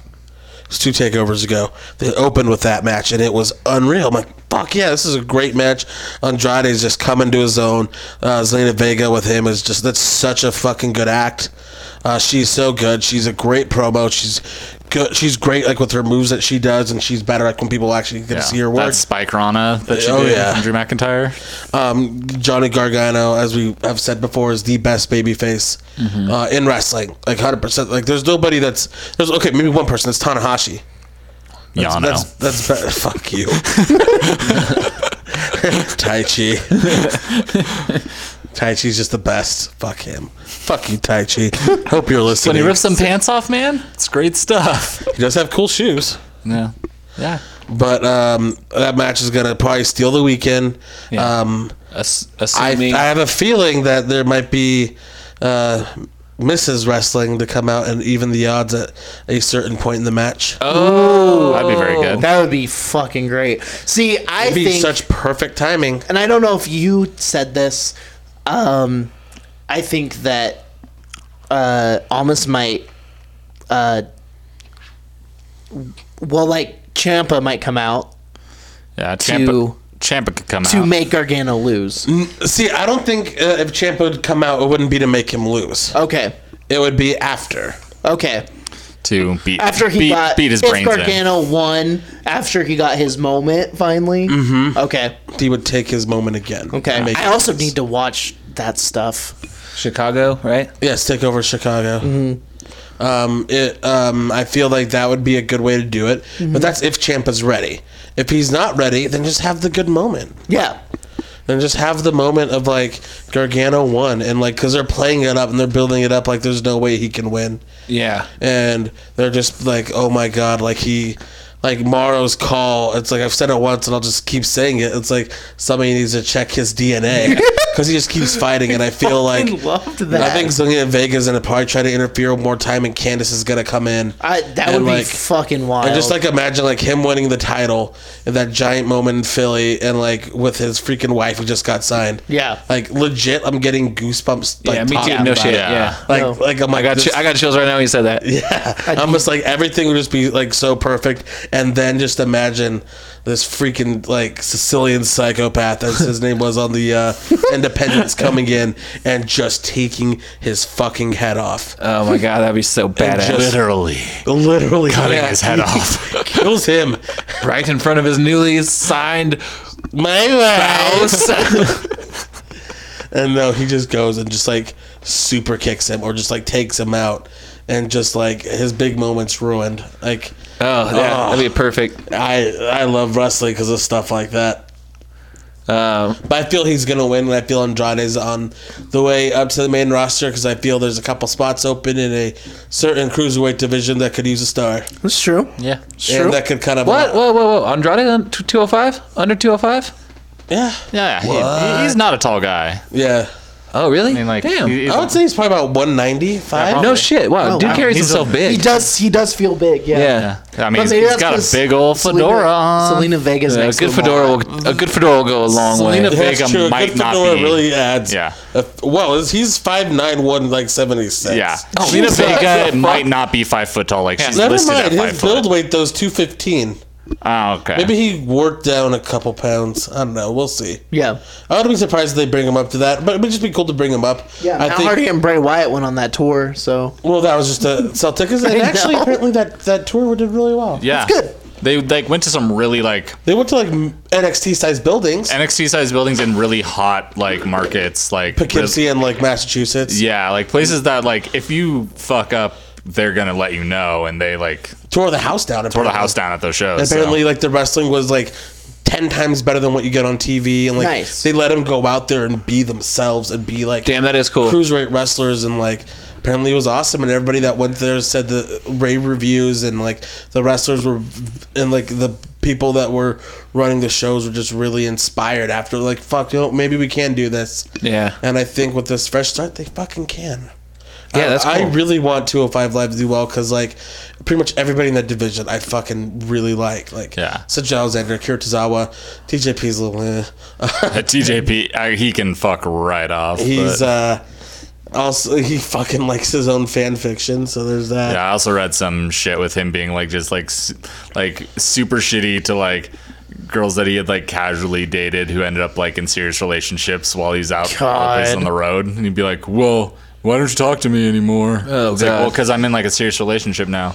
It was two takeovers ago. They opened with that match, and it was unreal. I'm like, fuck yeah, this is a great match. Andrade's just coming to his own. Uh, Zelina Vega with him is just that's such a fucking good act. Uh, she's so good. She's a great promo. She's good. She's great, like with her moves that she does, and she's better, like when people actually get Yeah. to see her work. That Spike Rana that she Oh, did yeah. from Drew McIntyre. um, Johnny Gargano, as we have said before, is the best babyface uh, in wrestling. Like hundred percent. Like there's nobody that's there's okay. Maybe one person. That's Tanahashi. That's, Yano. That's that's better. <laughs> <laughs> Fuck you. <laughs> tai Chi. tai Chi's just the best. Fuck him. Fuck you, Tai Chi. Hope you're listening. when he rips some pants off, man, it's great stuff. he does have cool shoes. Yeah. <laughs> Yeah. But um, that match is gonna probably steal the weekend. Yeah. Um, Ass- I, assuming I have a feeling that there might be uh, Mrs. Wrestling to come out and even the odds at a certain point in the match. Oh. That'd be very good. That would be fucking great. See, I It'd be think, such perfect timing. and I don't know if you said this. Um, I think that uh, Almas might, uh, well, like Champa might come out Yeah. Champa, To- Champa could come to out. make Gargano lose. Mm. See, I don't think uh, if Champ would come out, it wouldn't be to make him lose. Okay, It would be after. okay. to beat After he beat, got beat his if brains in. Gargano won after he got his moment finally. Mm-hmm. Okay, He would take his moment again. okay. Make- I also need to watch that stuff. Chicago, right? Yes, take over Chicago. Mm-hmm. Um, it, um, I feel like that would be a good way to do it. Mm-hmm. But that's if Champa's ready. If he's not ready, then just have the good moment. Yeah, and just have the moment of like Gargano won and like because they're playing it up and they're building it up like there's no way he can win Yeah. and they're just like oh my god like he like Morrow's call it's like I've said it once and I'll just keep saying it it's like somebody needs to check his <laughs> DNA because he just keeps fighting and I feel like I loved that. I think Zelina Vega's gonna probably try to interfere one more time and Candace is gonna come in I, that and, would like, be fucking wild. and just like imagine like him winning the title in that giant moment in Philly, and like with his freaking wife who just got signed. Yeah. like legit, I'm getting goosebumps. Like, yeah, me talking too. No about shit. it. Yeah. Yeah. Like, No. like I'm I like, got chi- this- I got chills right now when you said that. yeah, almost like everything would just be like so perfect, and then just imagine this freaking like Sicilian psychopath, as his name was on the uh, Independence, coming in and just taking his fucking head off. Oh my god, that'd be so badass. just- Literally Uh, Literally cutting yeah, his head he off. <laughs> Kills him. right in front of his newly <laughs> signed <laughs> My house. house. And no, he just goes and just like super kicks him or just like takes him out and just like his big moment's ruined. Like Oh, yeah, Oh. that'd be perfect. I I love wrestling because of stuff like that. Um, But I feel he's gonna win, and I feel Andrade's on the way up to the main roster because I feel there's a couple spots open in a certain cruiserweight division that could use a star it's true. yeah. and that could kind of What? Whoa, whoa, whoa! Andrade on two hundred five, under two hundred five. yeah Yeah, he, he's not a tall guy. yeah. Oh, really? I mean, like, damn. he- he's- I would say he's probably about 195. Yeah, no shit! Wow, dude wow. carries He's himself a- big. He does. He does feel big. Yeah. Yeah. I But mean, he's- maybe he's that's got a 'cause big old Selena- fedora on. Selena Vega's Yeah, a next good to him all fedora. the time. Will, a good fedora will go a long Selena way. Vega might Good not fedora be- really adds. Yeah. a- well, is- he's five nine one like seventy six. Yeah, Oh, Selena Jesus. Vega Fuck. might not be five foot tall. Like she's Never listed mind. at five His foot. build weight though is two fifteen. oh, okay. Maybe he worked down a couple pounds. I don't know. We'll see. Yeah. I wouldn't be surprised if they bring him up to that, but it would just be cool to bring him up. Yeah. I Matt think. Hardy and Bray Wyatt went on that tour, so well, that was just a Celtic. <laughs> And know. actually, apparently that that tour did really well. yeah, good. They like went to some really like They went to like NXT sized buildings, NXT sized buildings in really hot like markets, like Poughkeepsie and like Massachusetts. Yeah, like places that like if you fuck up, they're gonna let you know, and they like Tore the house down. tore the house down at those shows. so. Apparently, like the wrestling was like ten times better than what you get on TV, and like Nice. they let them go out there and be themselves and be like Damn, that is cool. cruiserweight wrestlers, and like apparently it was awesome. And everybody that went there said the rave reviews, and like the wrestlers were, and like the people that were running the shows were just really inspired after like fuck, you know, maybe we can do this. Yeah. And I think with this fresh start, they fucking can. Yeah, that's I, cool. I really want 205 Live to do well because, like, pretty much everybody in that division I fucking really like. Like, Yeah. Such Alexander, Kira Tozawa, TJP's a little. eh. <laughs> <laughs> At TJP, I, he can fuck right off. He's but- uh, also, he fucking likes his own fan fiction, so there's that. yeah, I also read some shit with him being like just like su- like super shitty to like girls that he had like casually dated who ended up like in serious relationships while he's out all the place God. on the road, and he'd be like, "Well, why don't you talk to me anymore?" Oh, it's like, God. well, because I'm in like a serious relationship now.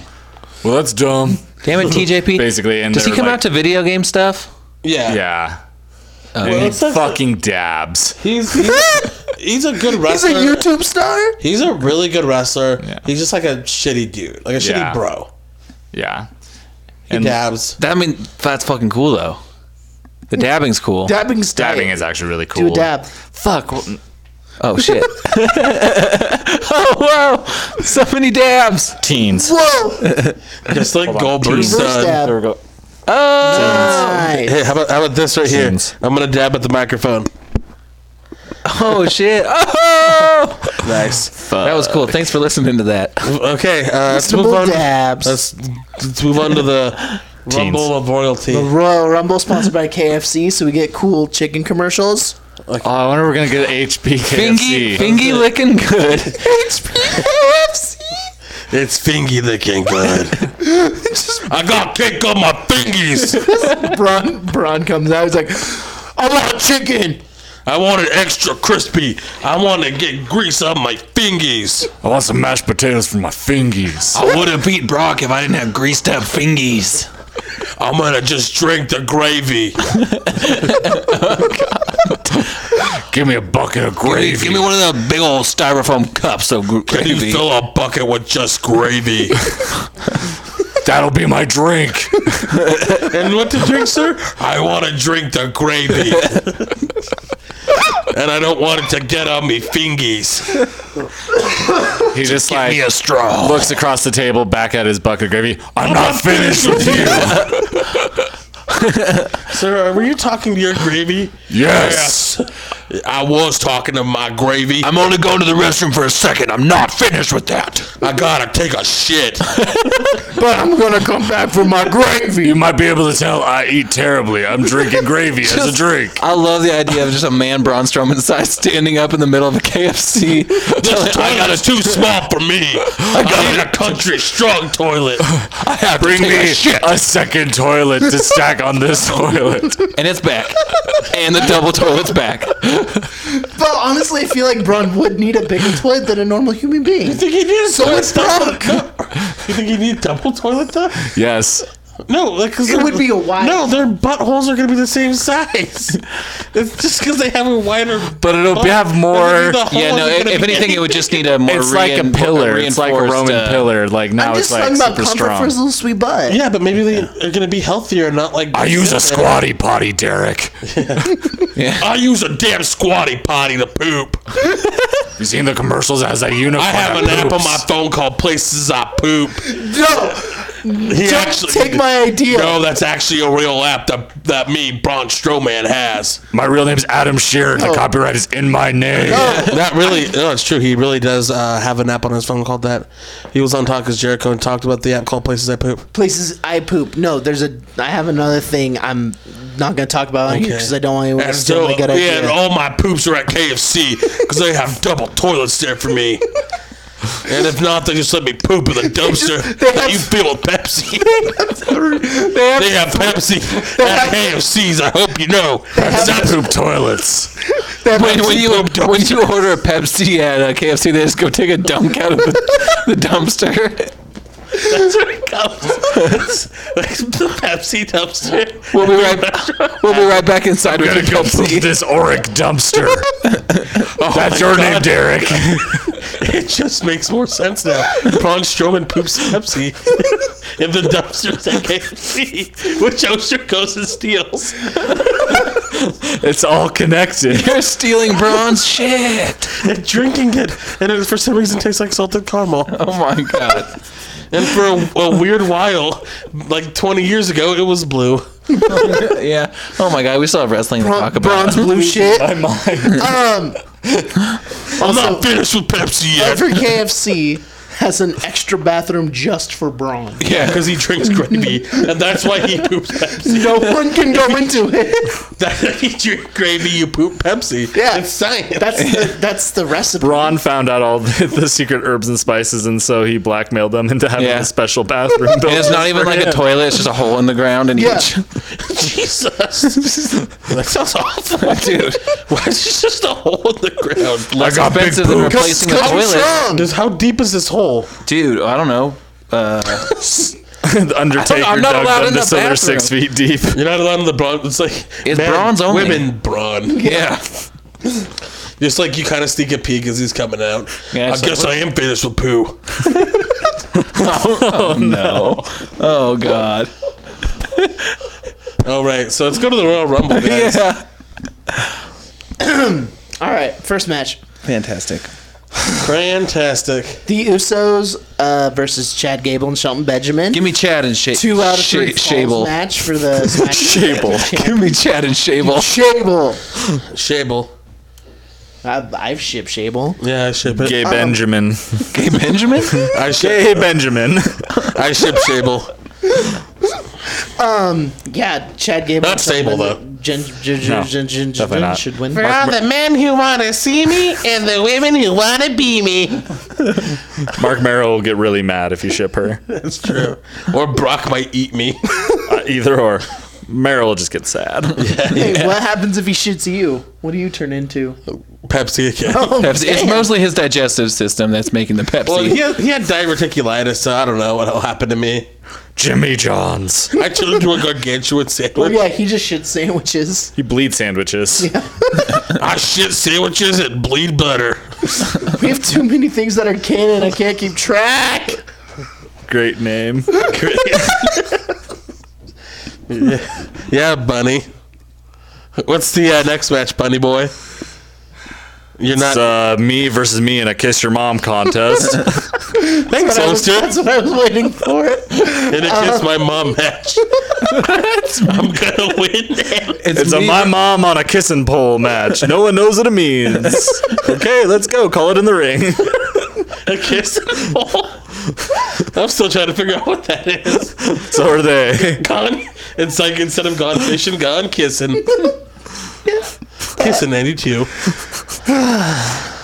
Well, that's dumb. Damn it, TJP. Basically, and does he they're come like- out to Oh. video game stuff? Yeah. Yeah. and he it's like- fucking dabs. <laughs> He's he's, he's a He's good a wrestler. He's a, YouTube star. really good wrestler. Yeah. He's just like a shitty dude, like a shitty Yeah. bro. Yeah. He dabs. That I mean, that's fucking cool though. The dabbing's cool. Dabbing's Dabbing tight. is actually really cool. Do a dab. Fuck. well- Oh shit. <laughs> oh wow. So many dabs. Teens. Whoa! <laughs> Just like on. Goldberg's Reverse son. dab. There we go. Nice. Hey, how about how about this right here? Jeans. I'm gonna dab at the microphone. Oh shit. <laughs> Oh. Nice. That was cool. Thanks for listening to that. Okay, uh, let's move Double on. dabs. Let's let's move on to <laughs> the Rumble of The Royalty. Royal Rumble sponsored by KFC, so we get cool chicken <laughs> commercials. Oh, I wonder if we're gonna get HP Fingy, KFC. fingy licking good. KFC. <laughs> It's Fingy the King <laughs> Bud. I got kick on my <laughs> fingies. Braun, Braun comes out. He's like, "I want chicken." I want it extra crispy. I want to get grease on my fingies. I want some mashed potatoes for my fingies. I would have beat Brock if I didn't have greased up fingies. I'm gonna just drink the gravy. Give me a bucket of gravy. Give me one of the big old styrofoam cups of gr- You gravy. fill a bucket with just <laughs> gravy. That'll be my drink. and what to drink, sir? I want to drink the <laughs> gravy. and I don't want it to get on me fingies. He just Give me like a straw. looks across the table back at his bucket of gravy. I'm not finished with you. Sir, were you talking to your gravy? <laughs> Yes. Yes. I was talking to my gravy. I'm only going to the restroom for a second. I'm not finished with that. I gotta take a <laughs> shit. But I'm gonna come back for my gravy. You might be able to tell I eat terribly. I'm drinking gravy as a drink. I love the idea of just a man Braun Strowman size standing up in the middle of a KFC. <laughs> This toilet is too small for me. I, need a country strong toilet. I have Bring to take me a shit. a second toilet to stack on this toilet. and it's back. And the double toilet's back. But honestly, I feel like Braun would need a bigger toilet than a normal human being. think he needs so It's <laughs> Brock. You think you need double toilet though? Yes. No, like 'cause It they're- would be a wide- No, their buttholes are gonna be the same size. <laughs> it's just because they have a wider. But it'll be- have more. Yeah, no, if, if anything, it would just need a more It's like a rein- pillar. It's like a reinforced, Roman uh, pillar. Like I'm now it's just like talking about super comfort for strong. his little sweet butt. Yeah, but maybe they are gonna be healthier and not like. I use a squatty potty, Derek. I use a damn squatty potty to poop. You seen the commercials as a unicorn? I have an that app on poops? my phone called Places I Poop. No, He don't take my idea. No, that's actually a real app that that me Braun Strowman has. My real name's Adam Shearer. The No. copyright is in my name. <laughs> that really, no, it's true. He really does uh, have an app on his phone called that. He was on Talk as Jericho and talked about the app called Places I Poop. Places I poop. No, there's a. I have another thing I'm not gonna talk about on here because I don't want anyone to And steal so, my good yeah, and idea. all my poops are at KFC because they have double toilets there for me. And if not, they just let me poop in the dumpster that you fill with Pepsi. They have Pepsi at KFCs. I hope you know. I poop toilets. When, when you when you order a Pepsi at uh, a KFC, they just go take a dunk out of the, the dumpster. That's what it comes. the Pepsi dumpster. We'll be right we'll be right back inside with Gotta your go poop Pepsi. this auric <laughs> dumpster. That's your name, Derek. <laughs> It just makes more sense now. Braun Strowman poops <laughs> Pepsi in the dumpsters at KFC, <laughs> which I'm sure goes and steals. <laughs> It's all connected. You're stealing bronze shit. and drinking it, and it for some reason tastes like salted caramel. Oh my god. And for a, a weird while, like 20 years ago, it was blue. yeah. Oh my god. We still have wrestling to talk Bron- about. Bronze <laughs> blue shit. My mind. Um, I'm not <laughs> finished with Pepsi yet. every KFC has an extra bathroom just for <laughs> Braun. Yeah, because he drinks gravy, and that's why he poops Pepsi. <laughs> No one can go into it. That's why you drink gravy, you poop <laughs> Pepsi. Yeah. it's science. That's the, that's the recipe. Ron found out all the, the secret herbs and spices, and so he blackmailed them into having Yeah. a special bathroom. built And it's not just even for like a him. toilet. It's just a hole in the ground and Yeah. each. <laughs> Jesus. that sounds awful, Dude. <laughs> Why is it just a hole in the ground? I got big Expensive than poop. replacing a Come toilet. strong. <laughs> Just how deep is this hole? Dude, I don't know. <laughs> the Undertaker I'm not dug allowed them in to the so they're bathroom. six feet deep. You're not allowed in the bronze. It's like It's bronze only. Women brawn. Yeah. Just like you kind of sneak a peek as he's coming out. Yeah, I it's like, guess I am finished with poo. No. <laughs> Oh God. All right, so let's go to the Royal Rumble, guys. Yeah. All right, first match: Fantastic. Fantastic. The Usos uh, versus Chad Gable and Shelton Benjamin. Give me Chad and Shable. two out of three falls Shable. match for <laughs> the SmackDown Championship. Give me Chad and <laughs> Shable. Shable. Shable. I, I've shipped Shable. Yeah, I ship it. Gay Benjamin. Gay <laughs> Benjamin. I ship. Gay Benjamin. I <laughs> ship Shable. Yeah, Chad Gable. Not and Shelton Sable, Benjamin Gen, gen, No, gen, gen, definitely gen, not. should win. all the men who want to see me and the women who want to be me. Mark Merrill will get really mad if you ship her. That's true. Or Brock might eat me. <laughs> Uh, either or. Merrill will just get sad. <laughs> Hey, what happens if he shoots you? What do you turn <laughs> into? Pepsi again. Pepsi. It's Oh, damn. mostly his digestive system that's making the Pepsi. <laughs> Well, he had, he had diverticulitis, so I don't know what'll happen to me. Jimmy John's. I turned into a gargantuan sandwich. Oh yeah, he just shits <laughs> sandwiches. You bleed sandwiches. I Ah, shit sandwiches and bleed butter. We have too many things that are canon. I can't keep track. Great name. yeah, Bunny. What's the uh, next match, Bunny Boy? You're not. It's uh, me versus me in a kiss your mom contest. thanks, I was- Holster. that's what I was waiting for. In a kiss my mom <laughs> match. I'm gonna win. It's a me my mom on a kissing pole match. No one knows what it means. Okay, let's go. Call it in the ring. <laughs> A kiss. I'm still trying to figure out what that is. So are they. Gone. It's like instead of gone fishing, gone kissing. <laughs> Kissing 92.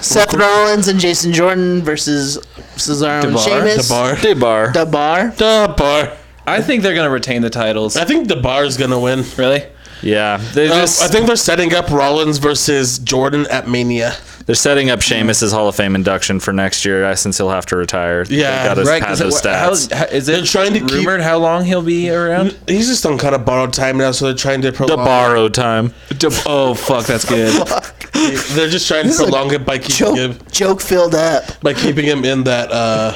Seth Rollins and Jason Jordan versus Cesaro and Debar. Sheamus. Debar. Bar. Debar. Debar. I think they're gonna retain the titles. I think Debar's gonna win. Really? Oh, Yeah, they Um, just I think they're setting up Rollins versus Jordan at Mania. they're setting up Sheamus's Hall of Fame induction for next year. I since he'll have to retire. Yeah, they gotta Right? pad 'cause those it- how- stats. how- is They're it trying to keep- rumored how long he'll be around? He's just on kind of borrowed time now, so they're trying to prolong. the borrow time. oh fuck, that's good. They're just trying to is a prolong it by keeping him Joke, joke filled up. by keeping him in that uh,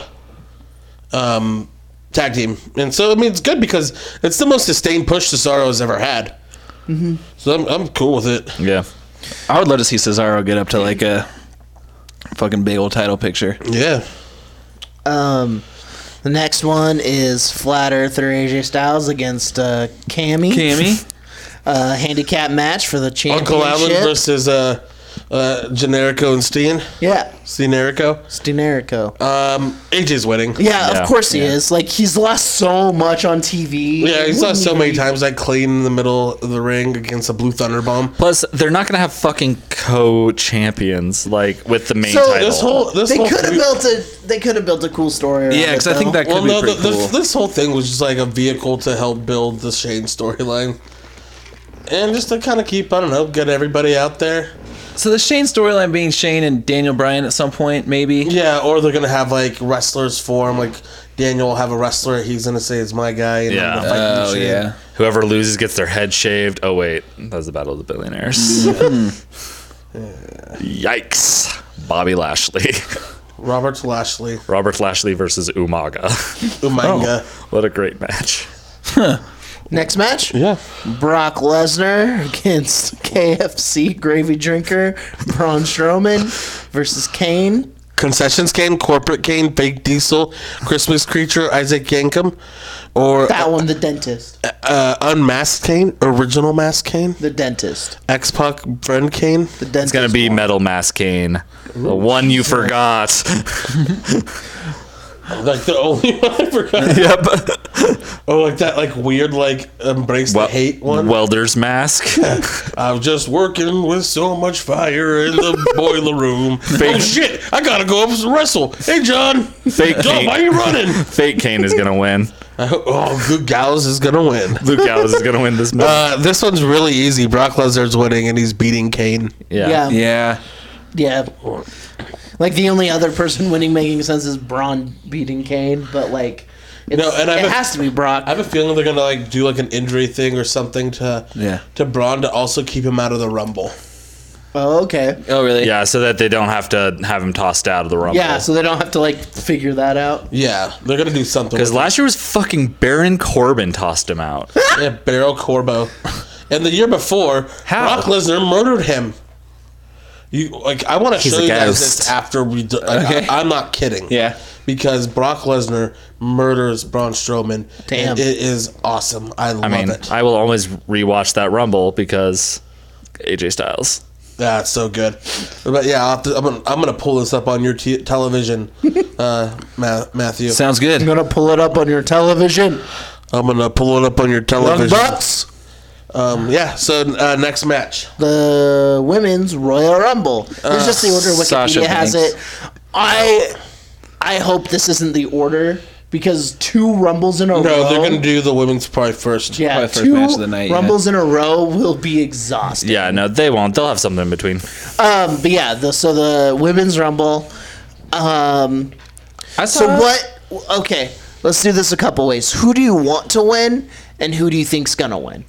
um, tag team. And so I mean, it's good because it's the most sustained push Cesaro has ever had. Mm-hmm. So I'm, I'm cool with it. Yeah, <laughs> I would love to see Cesaro get up to like a fucking big old title picture. Yeah. Um, the next one is Flat Earther AJ Styles against uh, Cammy. Cammy, <laughs> Uh, handicap match for the championship. Uncle Allen versus uh, uh, Generico and Steen. Yeah, Stenerico. it's Denerico. Um, AJ's winning. yeah, Yeah, of course he is. Like he's lost so much on TV. Yeah, he's lost so many times. Like clean in the middle of the ring against a blue thunder bomb. Plus, they're not gonna have fucking co-champions like with the main So, title. This whole this They whole could have feud- built a. They could have built a cool story. around yeah, because it, I think though. that could Well, be no, the, pretty cool. this, this whole thing was just like a vehicle to help build the Shane storyline, and just to kind of keep I don't know, get everybody out there. so the Shane storyline being Shane and Daniel Bryan at some point, maybe. Yeah, or they're gonna have like wrestlers form. Like Daniel will have a wrestler. He's gonna say it's my guy. And I'm Yeah. gonna fight him and Oh shit. yeah. Whoever loses gets their head shaved. Oh wait, that was the battle of the billionaires. Mm-hmm. <laughs> Yikes! Bobby Lashley, <laughs> Robert Lashley, Robert Lashley versus Umaga. <laughs> Umanga. Oh, what a great match! next match. Yeah, Brock Lesnar against <laughs> KFC gravy drinker Braun Strowman versus Kane. concessions cane, corporate cane, fake diesel, Christmas creature, Isaac Yankum, or That one, the dentist. uh, unmasked cane, original mask cane, The dentist. X Pac friend cane. The dentist. It's gonna be Metal Mask Kane, the one you <laughs> forgot. Like the only <laughs> one I forgot. yep. Oh, like that, like weird, like embrace the hate one. Welder's <laughs> Mask. I'm just working with so much fire in <laughs> the boiler room. Oh shit! I gotta go up and wrestle. Hey, <laughs> John. Fake John, why are Kane. you running? <laughs> Fake Kane is gonna win. I hope, oh, good gals is gonna win. Luke Gallows is gonna win this match. Uh, this one's really easy. Brock Lesnar's winning, and he's beating Kane. Yeah. Yeah. Yeah. Like the only other person winning making sense is Braun beating Kane, but like It's, No, and I it have a- has to be Brock. I have a feeling they're gonna like do like an injury thing or something to Yeah. to Braun to also keep him out of the Rumble. oh, okay. Oh, really? Yeah, so that they don't have to have him tossed out of the rumble. Yeah, so they don't have to like figure that out. Yeah, they're gonna do something. because with last year was fucking Baron Corbin tossed him out. it. yeah, Barrel Corbo, and the year before, How? Brock Lesnar murdered him. You like I want to He's show a you guys ghost. this after we. Do, like, Okay. I, am not kidding. Yeah. because Brock Lesnar murders Braun Strowman. Damn. and it is awesome. I love I mean, it. I will always rewatch that rumble because AJ Styles. Yeah, it's so good. But yeah, I'll have to, I'm, gonna, I'm gonna pull this up on your t- television, <laughs> uh, Ma- Matthew. Sounds good. I'm gonna pull it up on your television. I'm gonna pull it up on your Young television. Bucks, Um, yeah. So uh, next match. the women's Royal Rumble. Let's just the order Wikipedia Sasha has Banks. it. I I hope this isn't the order because two rumbles in a row. No, they're gonna do the women's probably first. yeah, Probably first two match of the night, yeah. rumbles in a row will be exhausting. Yeah, no, they won't. They'll have something in between. Um, but yeah, the, so the women's rumble. Um, I so saw- what? Okay, let's do this a couple ways. Who do you want to win, and who do you think's gonna win?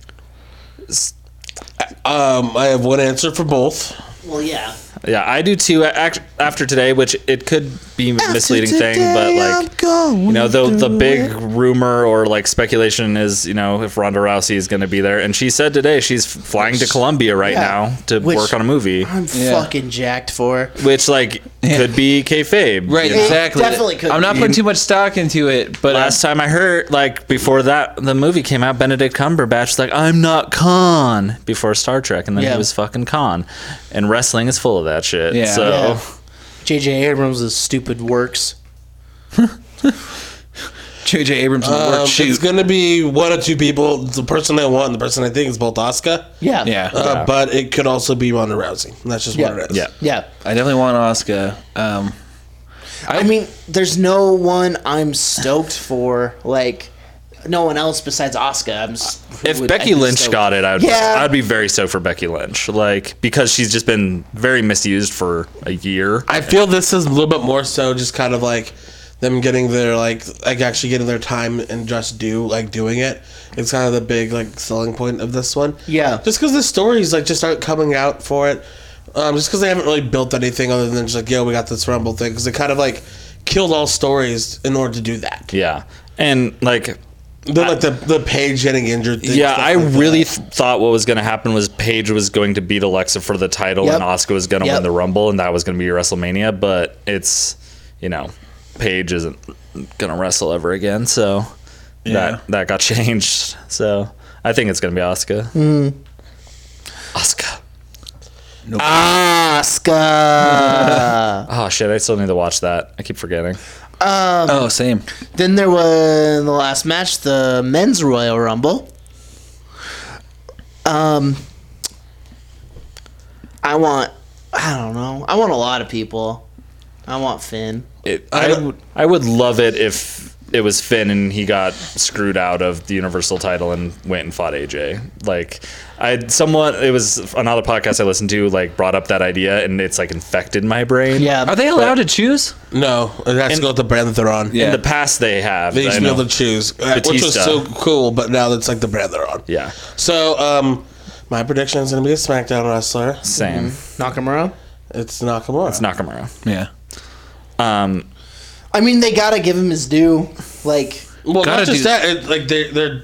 Um, I have one answer for both. Well, yeah. Yeah, I do too. Act- after today, which it could be a misleading thing, but like you know, the the big rumor or like speculation is you know if Ronda Rousey is going to be there, and she said today she's f- flying to Colombia right yeah. now to Which- work on a movie, I'm fucking jacked for. which like could be kayfabe. Right, you know? exactly. definitely could I'm not be. putting too much stock into it, uh, but uh, Last time I heard, like before that the movie came out, Benedict Cumberbatch was like, "I'm not Khan" before Star Trek, and then Yeah. he was fucking Khan, and wrestling is full of that shit. Yeah. So Yeah. J.J. Abrams' stupid works. JJ Abrams will Um, work it's shoot. gonna be one or two people. The person I want, and the person I think is both Asuka. Yeah. Yeah. Uh, But it could also be Ronda Rousey. That's just Yeah. what it is. Yeah. Yeah. I definitely want Oscar. Um, I mean, there's no one I'm stoked for. Like, no one else besides Oscar. I'm. s- who if would I Becky be Lynch stoked- got it, I would Yeah. I'd be very stoked for Becky Lynch, like because she's just been very misused for a year. I feel this is a little bit more so just kind of like them getting their like like actually getting their time and just do like doing it. It's kind of the big like selling point of this one. Yeah. Just because the stories like just aren't coming out for it. Um, just because they haven't really built anything other than just like yo we got this rumble thing because they kind of like killed all stories in order to do that. yeah, and like Then like the the page getting injured. Thing, yeah, stuff I like really that. th- thought what was going to happen was Paige was going to beat Alexa for the title, Yep. and Oscar was going to Yep. win the Rumble, and that was going to be WrestleMania. But it's you know Paige isn't going to wrestle ever again, so Yeah. that that got <laughs> changed. So I think it's going to be Oscar. Mm-hmm. Oscar. Oscar. Oh shit! I still need to watch that. I keep forgetting. oh, same. then there was the last match, the men's Royal Rumble. Um, I want. I don't know. I want a lot of people. I want Finn. It, I I, don't- would- I would love it if it was Finn and he got screwed out of the Universal title and went and fought AJ. Like, I somewhat it was another podcast I listened to like brought up that idea and it's like infected my brain. Yeah. Are they allowed to choose? no. It has to go with the brand that they're on. In Yeah. the past, they have. They used I to be able know. to choose, uh, which was Batista. so cool. But now that's like the brand they're on. yeah. So, um, my prediction is going to be a SmackDown wrestler. Same. Nakamura. It's Nakamura. It's Nakamura. Yeah. Um, I mean, they gotta give him his due. Like, well, Gotta not just do- that. It, like they're they're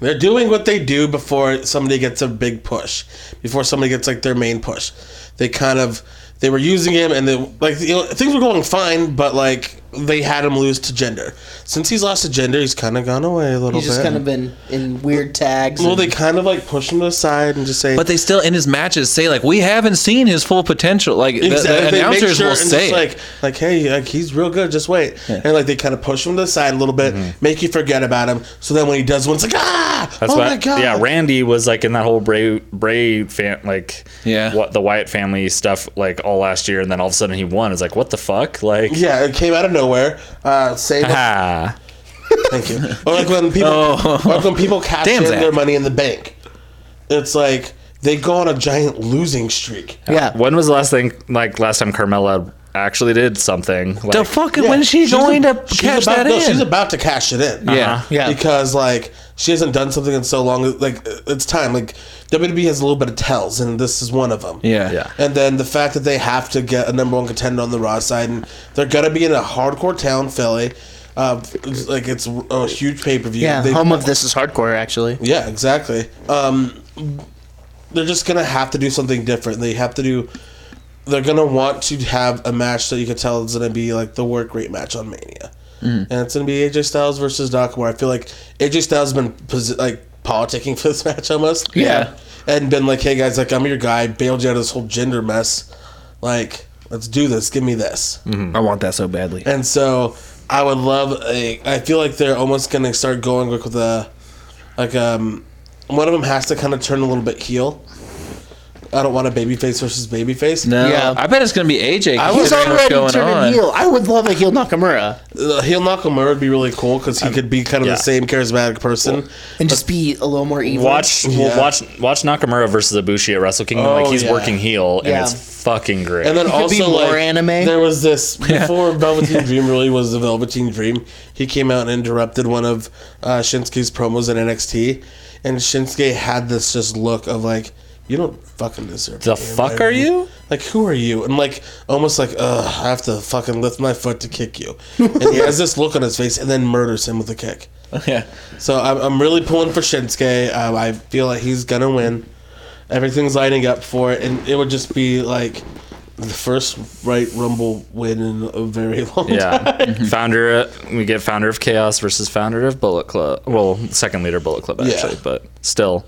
they're doing what they do before somebody gets a big push, before somebody gets like their main push. They kind of they were using him, and they like you know things were going fine, but like they had him lose to gender. Since he's lost to gender, he's kind of gone away a little he's just bit. kind of been in weird tags. well, and- they kind of like push him to the side and just say, But they still in his matches say like we haven't seen his full potential. Like the- the, They make announcers sure will and just say it. like like hey like he's real good just wait and like they kind of push him to the side a little bit Mm-hmm. make you forget about him so then when he does one it's like ah that's oh why. my god Yeah, Randy was like in that whole Bray Bray fan like Yeah. what the Wyatt family stuff like all last year, and then all of a sudden he won. It's like what the fuck? Like yeah it came out of nowhere uh <laughs> save ha. thank you or like when people or like when people cash Oh. Damn, in Zach. their money in the bank it's like they go on a giant losing streak yeah. When was the last thing like last time Carmella actually did something. Like, the fucking when she she's a- joined up, she's cash about, that no, in. Uh-huh. She's about to cash it in. yeah, yeah. Because like she hasn't done something in so long, like it's time. Like WWE has a little bit of tells, and this is one of them. yeah, Yeah. And then the fact that they have to get a number one contender on the Raw side, and they're gonna be in a hardcore town, Philly. Uh, it's like it's a huge pay per view. Yeah, home of this is hardcore, actually. Yeah, exactly. Um, they're just gonna have to do something different. They have to do. They're gonna want to have a match that you can tell is gonna be like the work rate match on Mania, and it's gonna be AJ Styles versus Nakamura. I feel like AJ Styles has been posi- like politicking <laughs> for this match almost. Yeah. and been like, "Hey guys, like I'm your guy. Bailed you out of this whole gender mess. Like, let's do this. Give me this." I want that so badly. And so I would love a. I feel like they're almost gonna start going like with a, like um, one of them has to kind of turn a little bit heel. I don't want a babyface versus babyface. No, Yeah. I bet it's gonna be AJ. I was considering what's already going turning on. heel. I would love a heel Nakamura Uh, heel Nakamura would be really cool because Um, he could be kind of yeah. the same charismatic person. and just be a little more evil. Watch, Yeah. watch, watch Nakamura versus Ibushi at Wrestle Kingdom. like Oh, he's yeah. working heel, and Yeah. it's fucking great. and then He could also be more like anime. there <laughs> was this before Velveteen Dream really was the Velveteen Dream. He came out and interrupted one of uh, Shinsuke's promos in NXT, and Shinsuke had this just look of like, you don't fucking deserve. The to be in fuck my are <laughs> ring." you? Like who are you? And like almost like ugh, I have to fucking lift my foot to kick you. And he has this look on his face, and then murders him with a kick. Yeah, So I'm, I'm really pulling for Shinsuke. Um, I feel like he's gonna win. Everything's lining up for it, and it would just be like the first right Rumble win in a very <laughs> long time. yeah, <laughs> founder. We get founder of Chaos versus founder of Bullet Club. Well, second leader Bullet Club Yeah. actually, but still,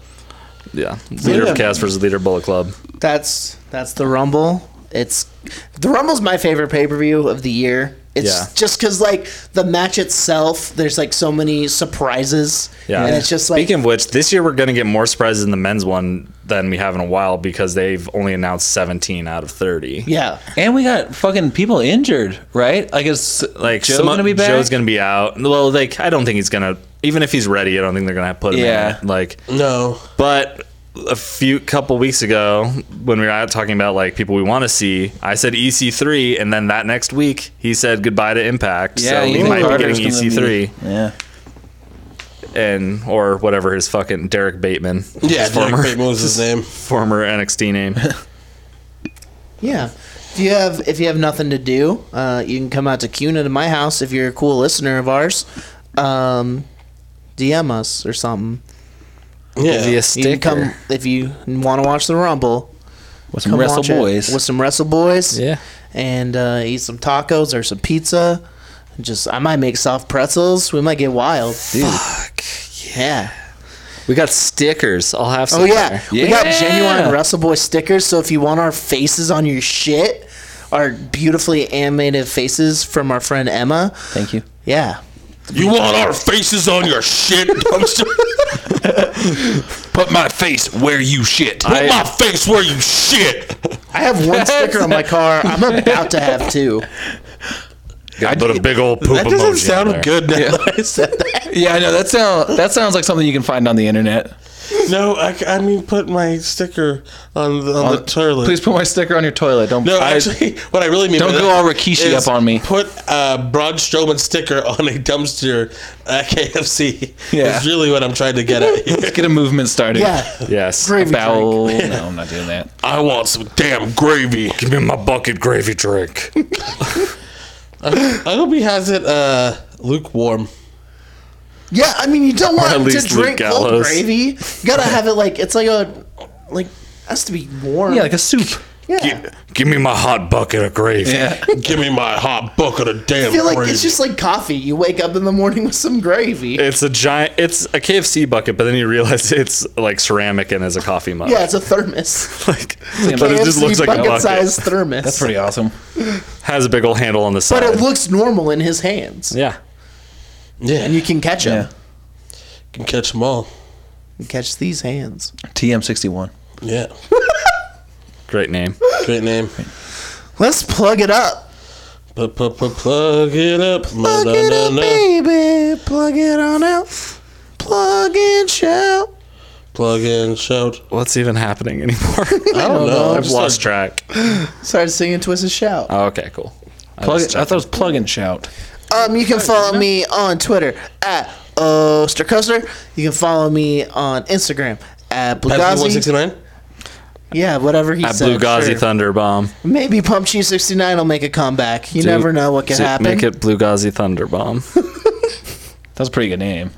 yeah, leader yeah. of Chaos versus leader Bullet Club. That's that's the Rumble. It's the Rumble's my favorite pay per view of the year. It's Yeah. just because like the match itself, there's like so many surprises. Yeah, and it's just like speaking of which, this year we're gonna get more surprises in the men's one than we have in a while because they've only announced 17 out of 30. yeah, and we got fucking people injured, right? Like it's Like Joe's some- gonna be back. Joe's gonna be out. Well, like I don't think he's gonna. Even if he's ready, I don't think they're gonna put him Yeah. in. Like No, But a few couple weeks ago, when we were out talking about like people we want to see, I said EC3, and then that next week he said goodbye to Impact. yeah, so E he Ethan might Carter's be getting gonna EC3 Yeah, and or whatever his fucking Derek Bateman, yeah, his Derek former Bateman was his name. former NXT name. yeah. If you have if you have nothing to do, uh, you can come out to Cuna to my house if you're a cool listener of ours. Um, DM us or something. Yeah, Give you a You can come sticker. if you want to watch the Rumble. with some Come wrestle watch it boys. with some wrestle boys. Yeah. and uh, eat some tacos or some pizza. Just I might make soft pretzels. We might get wild. Fuck yeah! We got stickers. I'll have some. Oh yeah. we got Yeah. genuine Wrestle Boy stickers. So if you want our faces on your shit, our beautifully animated faces from our friend Emma, Thank you. yeah, <laughs> you want our faces on your shit dumpster? Put my face where you shit. Put I- my face where you shit. I have one sticker on my car. I'm about to have two. Gotta put a big old poop That doesn't emoji on there. sound good. Now that I said that. Yeah, I know that sound. That sounds like something you can find on the internet. <laughs> No, I, c- I mean put my sticker on the, on the toilet. Please put my sticker on your toilet. Don't. No, I- actually, <laughs> what I really mean Don't by go that all Rikishi is up on me. Put a Braun Strowman sticker <laughs> on a dumpster at KFC. Yeah. is really what I'm trying to get at. Here. <laughs> Let's <laughs> get a movement started. Yeah, Yes. gravy drink. Foul. No, I'm not doing that. I want some damn gravy. Give me my bucket gravy drink. I hope he has it uh, lukewarm. Yeah, I mean you don't want at to least Luke drink cold Gallows. gravy. You gotta have it like it's like a like has to be warm. Yeah, like a soup. yeah. Give me my hot bucket of gravy. Yeah. Give me my hot bucket of damn I feel like gravy. it's just like coffee. You wake up in the morning with some gravy. It's a giant. It's a KFC bucket, but then you realize <laughs> it's like ceramic and as a coffee mug. Yeah, it's a thermos. <laughs> like, but it just KFC looks like a bucket. bucket-sized thermos. That's pretty awesome. <laughs> Has a big old handle on the side. but it looks normal in his hands. yeah. yeah, And you can catch him. Yeah. you can catch them all. You catch these hands. TM61. Yeah, Great name. great name. Let's plug it up. Pl- pl- pl- Plug it up, Plug it up, Ma-da-na-na. baby. Plug it on out. Plug and shout. plug and shout. What's <laughs> even happening anymore? I don't know. I've lost track. Started singing Twist and Shout. Oh, okay, cool. Plug. I, I thought it was plug and shout. Um, you can follow me on Twitter at Ostercoaster. You can follow me on Instagram at One Blugazi. sixty nine. Yeah, whatever he At said. Blue Gazi sure. Thunder Bomb. Maybe Pump Cheese 69 will make a comeback. You never know what could Dude, happen. Make it Blue Gazi <laughs> Thunder Bomb. That's a pretty good name.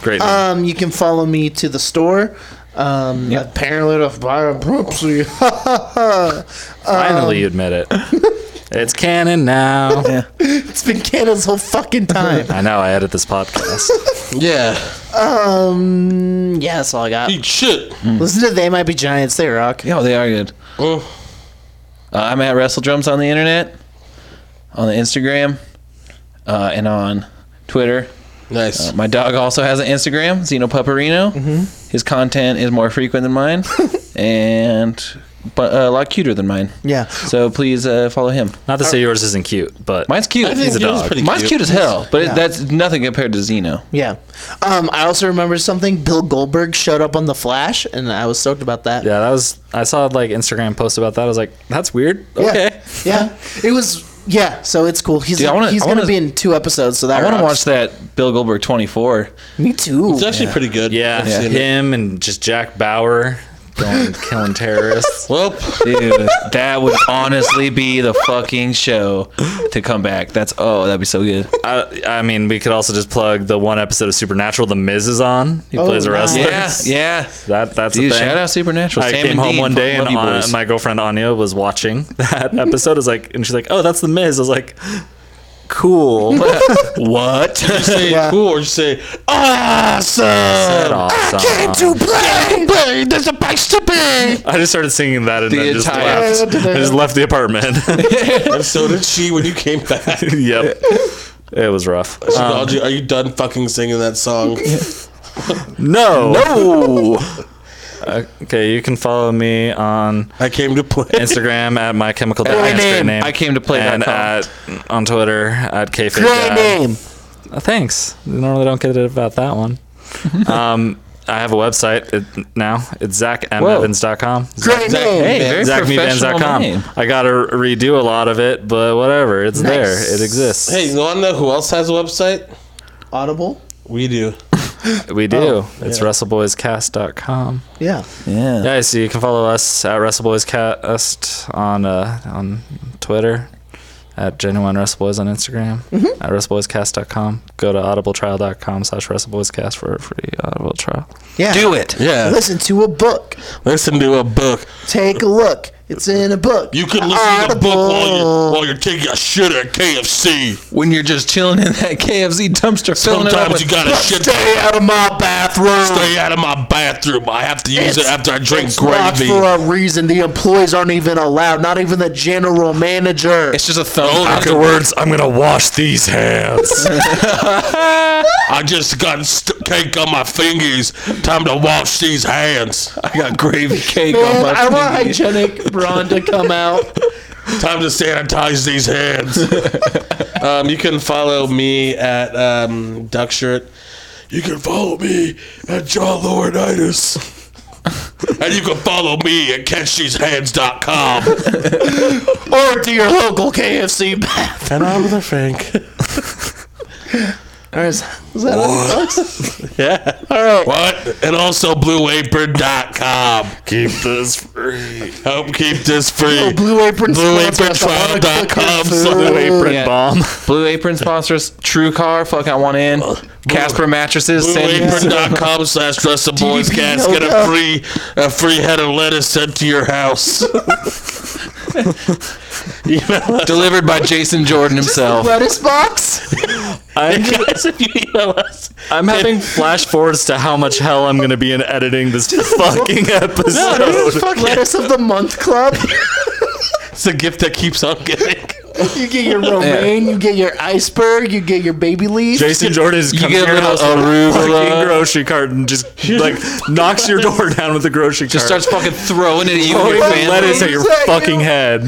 Great. name. Um, you can follow me to the store. Um, apparently to buy a Pepsi. Finally, you um, admit it. It's canon now. <laughs> it's been Canada's whole fucking time. <laughs> I know. I edit this podcast. Yeah. um, yeah, that's all I got. Hmm. Eat shit. Listen to They Might Be Giants. They rock. Yeah, they are good. Oh. Uh, I'm at Wrestle Drums on the internet, on the Instagram, uh, and on Twitter. Nice. Uh, my dog also has an Instagram, Zeno Paparino. Mm-hmm. His content is more frequent than <laughs> mine, and but uh, a lot cuter than mine. Yeah. So please uh, follow him. Not to say yours isn't cute, but Mine's cute. I think He's a yours is dog. pretty Mine's cute as hell, but it, that's nothing compared to Zeno. Yeah. Um, I also remember something. Bill Goldberg showed up on The Flash, and I was stoked about that. yeah, that was. I saw like Instagram post about that. I was like, that's weird. Yeah. Okay. Yeah. It was. Yeah. So it's cool. He's Dude, I wanna- he's I gonna wanna- be in two episodes. So that I want to rocks. watch that Bill Goldberg 24. Me too. It's actually pretty good. Yeah, I've seen it. him and just Jack Bauer <laughs> going killing terrorists. Well, Dude, that would honestly be the fucking show to come back. That's oh, that'd be so good. I, I mean, we could also just plug the one episode of Supernatural the Miz is on. He Oh, plays a nice. wrestler. Yeah, yeah. That that's Dude, a thing. shout out Supernatural. I Sam came and home Dean, one day fucking and love you An- boys. my girlfriend Anya was watching <laughs> that episode. I was like, and she's like, "Oh, that's the Miz." I was like, <laughs> "Cool, what? say Yeah. cool or just say awesome. awesome." to play. play. There's a price to pay. I just started singing that and The then just entire- <laughs> left. I just left the apartment. <laughs> And so did she when you came <laughs> back. yep, it was rough. Uh, Um, Audrey, are you done fucking singing that song? no, no. okay, you can follow me on I came to play. Instagram at my chemical That's a great name. name. I came to play and dot at, on Twitter at kfig. Great name. Uh, thanks. Normally don't get it about <laughs> that one. um, I have a website it, now. It's zachmevans.com. Great name. Hey, Hey, very E professional name. ZachMevans.com. I got to redo a lot of it, but whatever. It's there. It exists. <laughs> Hey, you want to know who else has a website? Audible. We do. we Oh. do. It's wrestleboyscast.com. Yeah. Yeah. Yeah, so you can follow us at WrestleBoysCast on uh, on Twitter, at Genuine WrestleBoys on Instagram, Mm-hmm. at WrestleBoysCast.com. Go to audibletrial.com slash WrestleBoysCast for a free audible trial. Yeah. Do it. Yeah. Listen to a book. Listen to a book. Take a look. It's in a book. You can listen to a book while Audible. you're, while you're taking a shit at KFC. When you're just chilling in that KFC dumpster, filling it up Sometimes with, you gotta shit. Stay out of my bathroom. Stay out of my bathroom. I have to use it It's- after I drink It's locked gravy. for a reason. The employees aren't even allowed. Not even the general manager. it's just Oh, a thumb. Afterwards, I'm gonna wash these hands. I just got st- cake on my fingers. Time to wash these hands. I got gravy cake on Man, my I want fingers. hygienic Braun to come out. Time to sanitize <laughs> these hands. um, you can follow me at um, Duckshirt. You can follow me at John Laurinaitis. and you can follow me at catchthesehands.com. or to your local KFC <laughs> bath. and I'm the Frank. Or is, is that how it looks? <laughs> Yeah. All right. What? And also blueapron.com. Keep this free. Help keep this free. Oh, Blue Apron. BlueApronTrial.com. Blue Blue apron Yeah. bomb. Blue Apron sponsors True Car. Fuck, I want in. Casper mattresses. send- BlueApron.com slash dress the <laughs> boys cats. Get a free a free head of lettuce sent to your <laughs> house. Email us. <laughs> delivered by Jason Jordan himself. Lettuce box. I'm, Guys, if you email us. I'm having flash forwards to how much hell I'm gonna be in editing this fucking episode. Lettuce of the month club. <laughs> It's a gift that keeps on giving. You get <laughs> your romaine. You get your iceberg. You get your baby leaf. Jason Jordan is coming get a here little with a fucking arugula. grocery cart and just like knocks your door down with the grocery Just cart. starts fucking throwing it at you and throwing your family. lettuce at your Is that fucking you? head.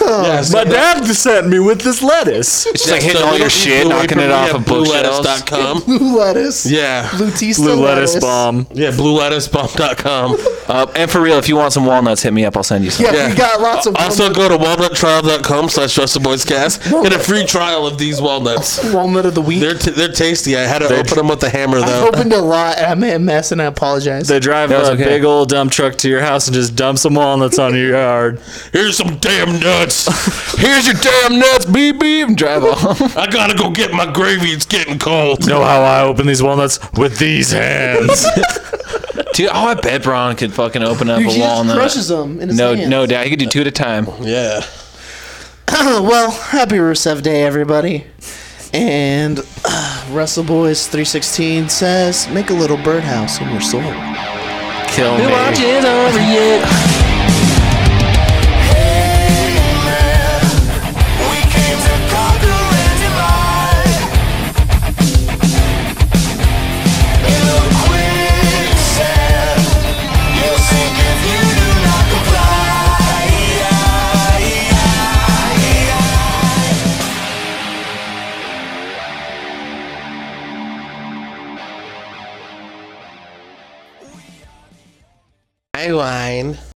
Yes. My dad sent me with this lettuce. It's just like hitting all your shit, knocking it off of bookshelves. bluelettuce.com. Blue lettuce. Yeah. Blue tea. Blue lettuce bomb. <laughs> Yeah, blueletticebomb.com. Uh, and for real, if you want some walnuts, hit me up. I'll send you some. Yeah, Yeah. we got lots of Also, go to walnuttrial.com slash Trust the Boys Cast. Get a free trial of these walnuts. walnut of the week. They're t- they're tasty. I had to open them with a hammer I though. opened a lot and I made a mess and I apologize. They drive That was a okay. big old dump truck to your house and just dump some walnuts on your yard. Here's some damn <laughs> nuts. Here's your damn nuts, beep beep, and drive off. I gotta go get my gravy. It's getting cold. Know how I open these walnuts with these hands? <laughs> Dude, oh, I bet Braun could fucking open up He a just walnut. crushes them in his no, hands. no doubt. He could do two at a time. Yeah. <clears throat> well, happy Rusev Day, everybody. And uh, Russell Boys 316 says, make a little birdhouse in your soul. Kill me. We came to conquer and divide. In a quicksand, you'll sink if you do not comply. Hey, wine.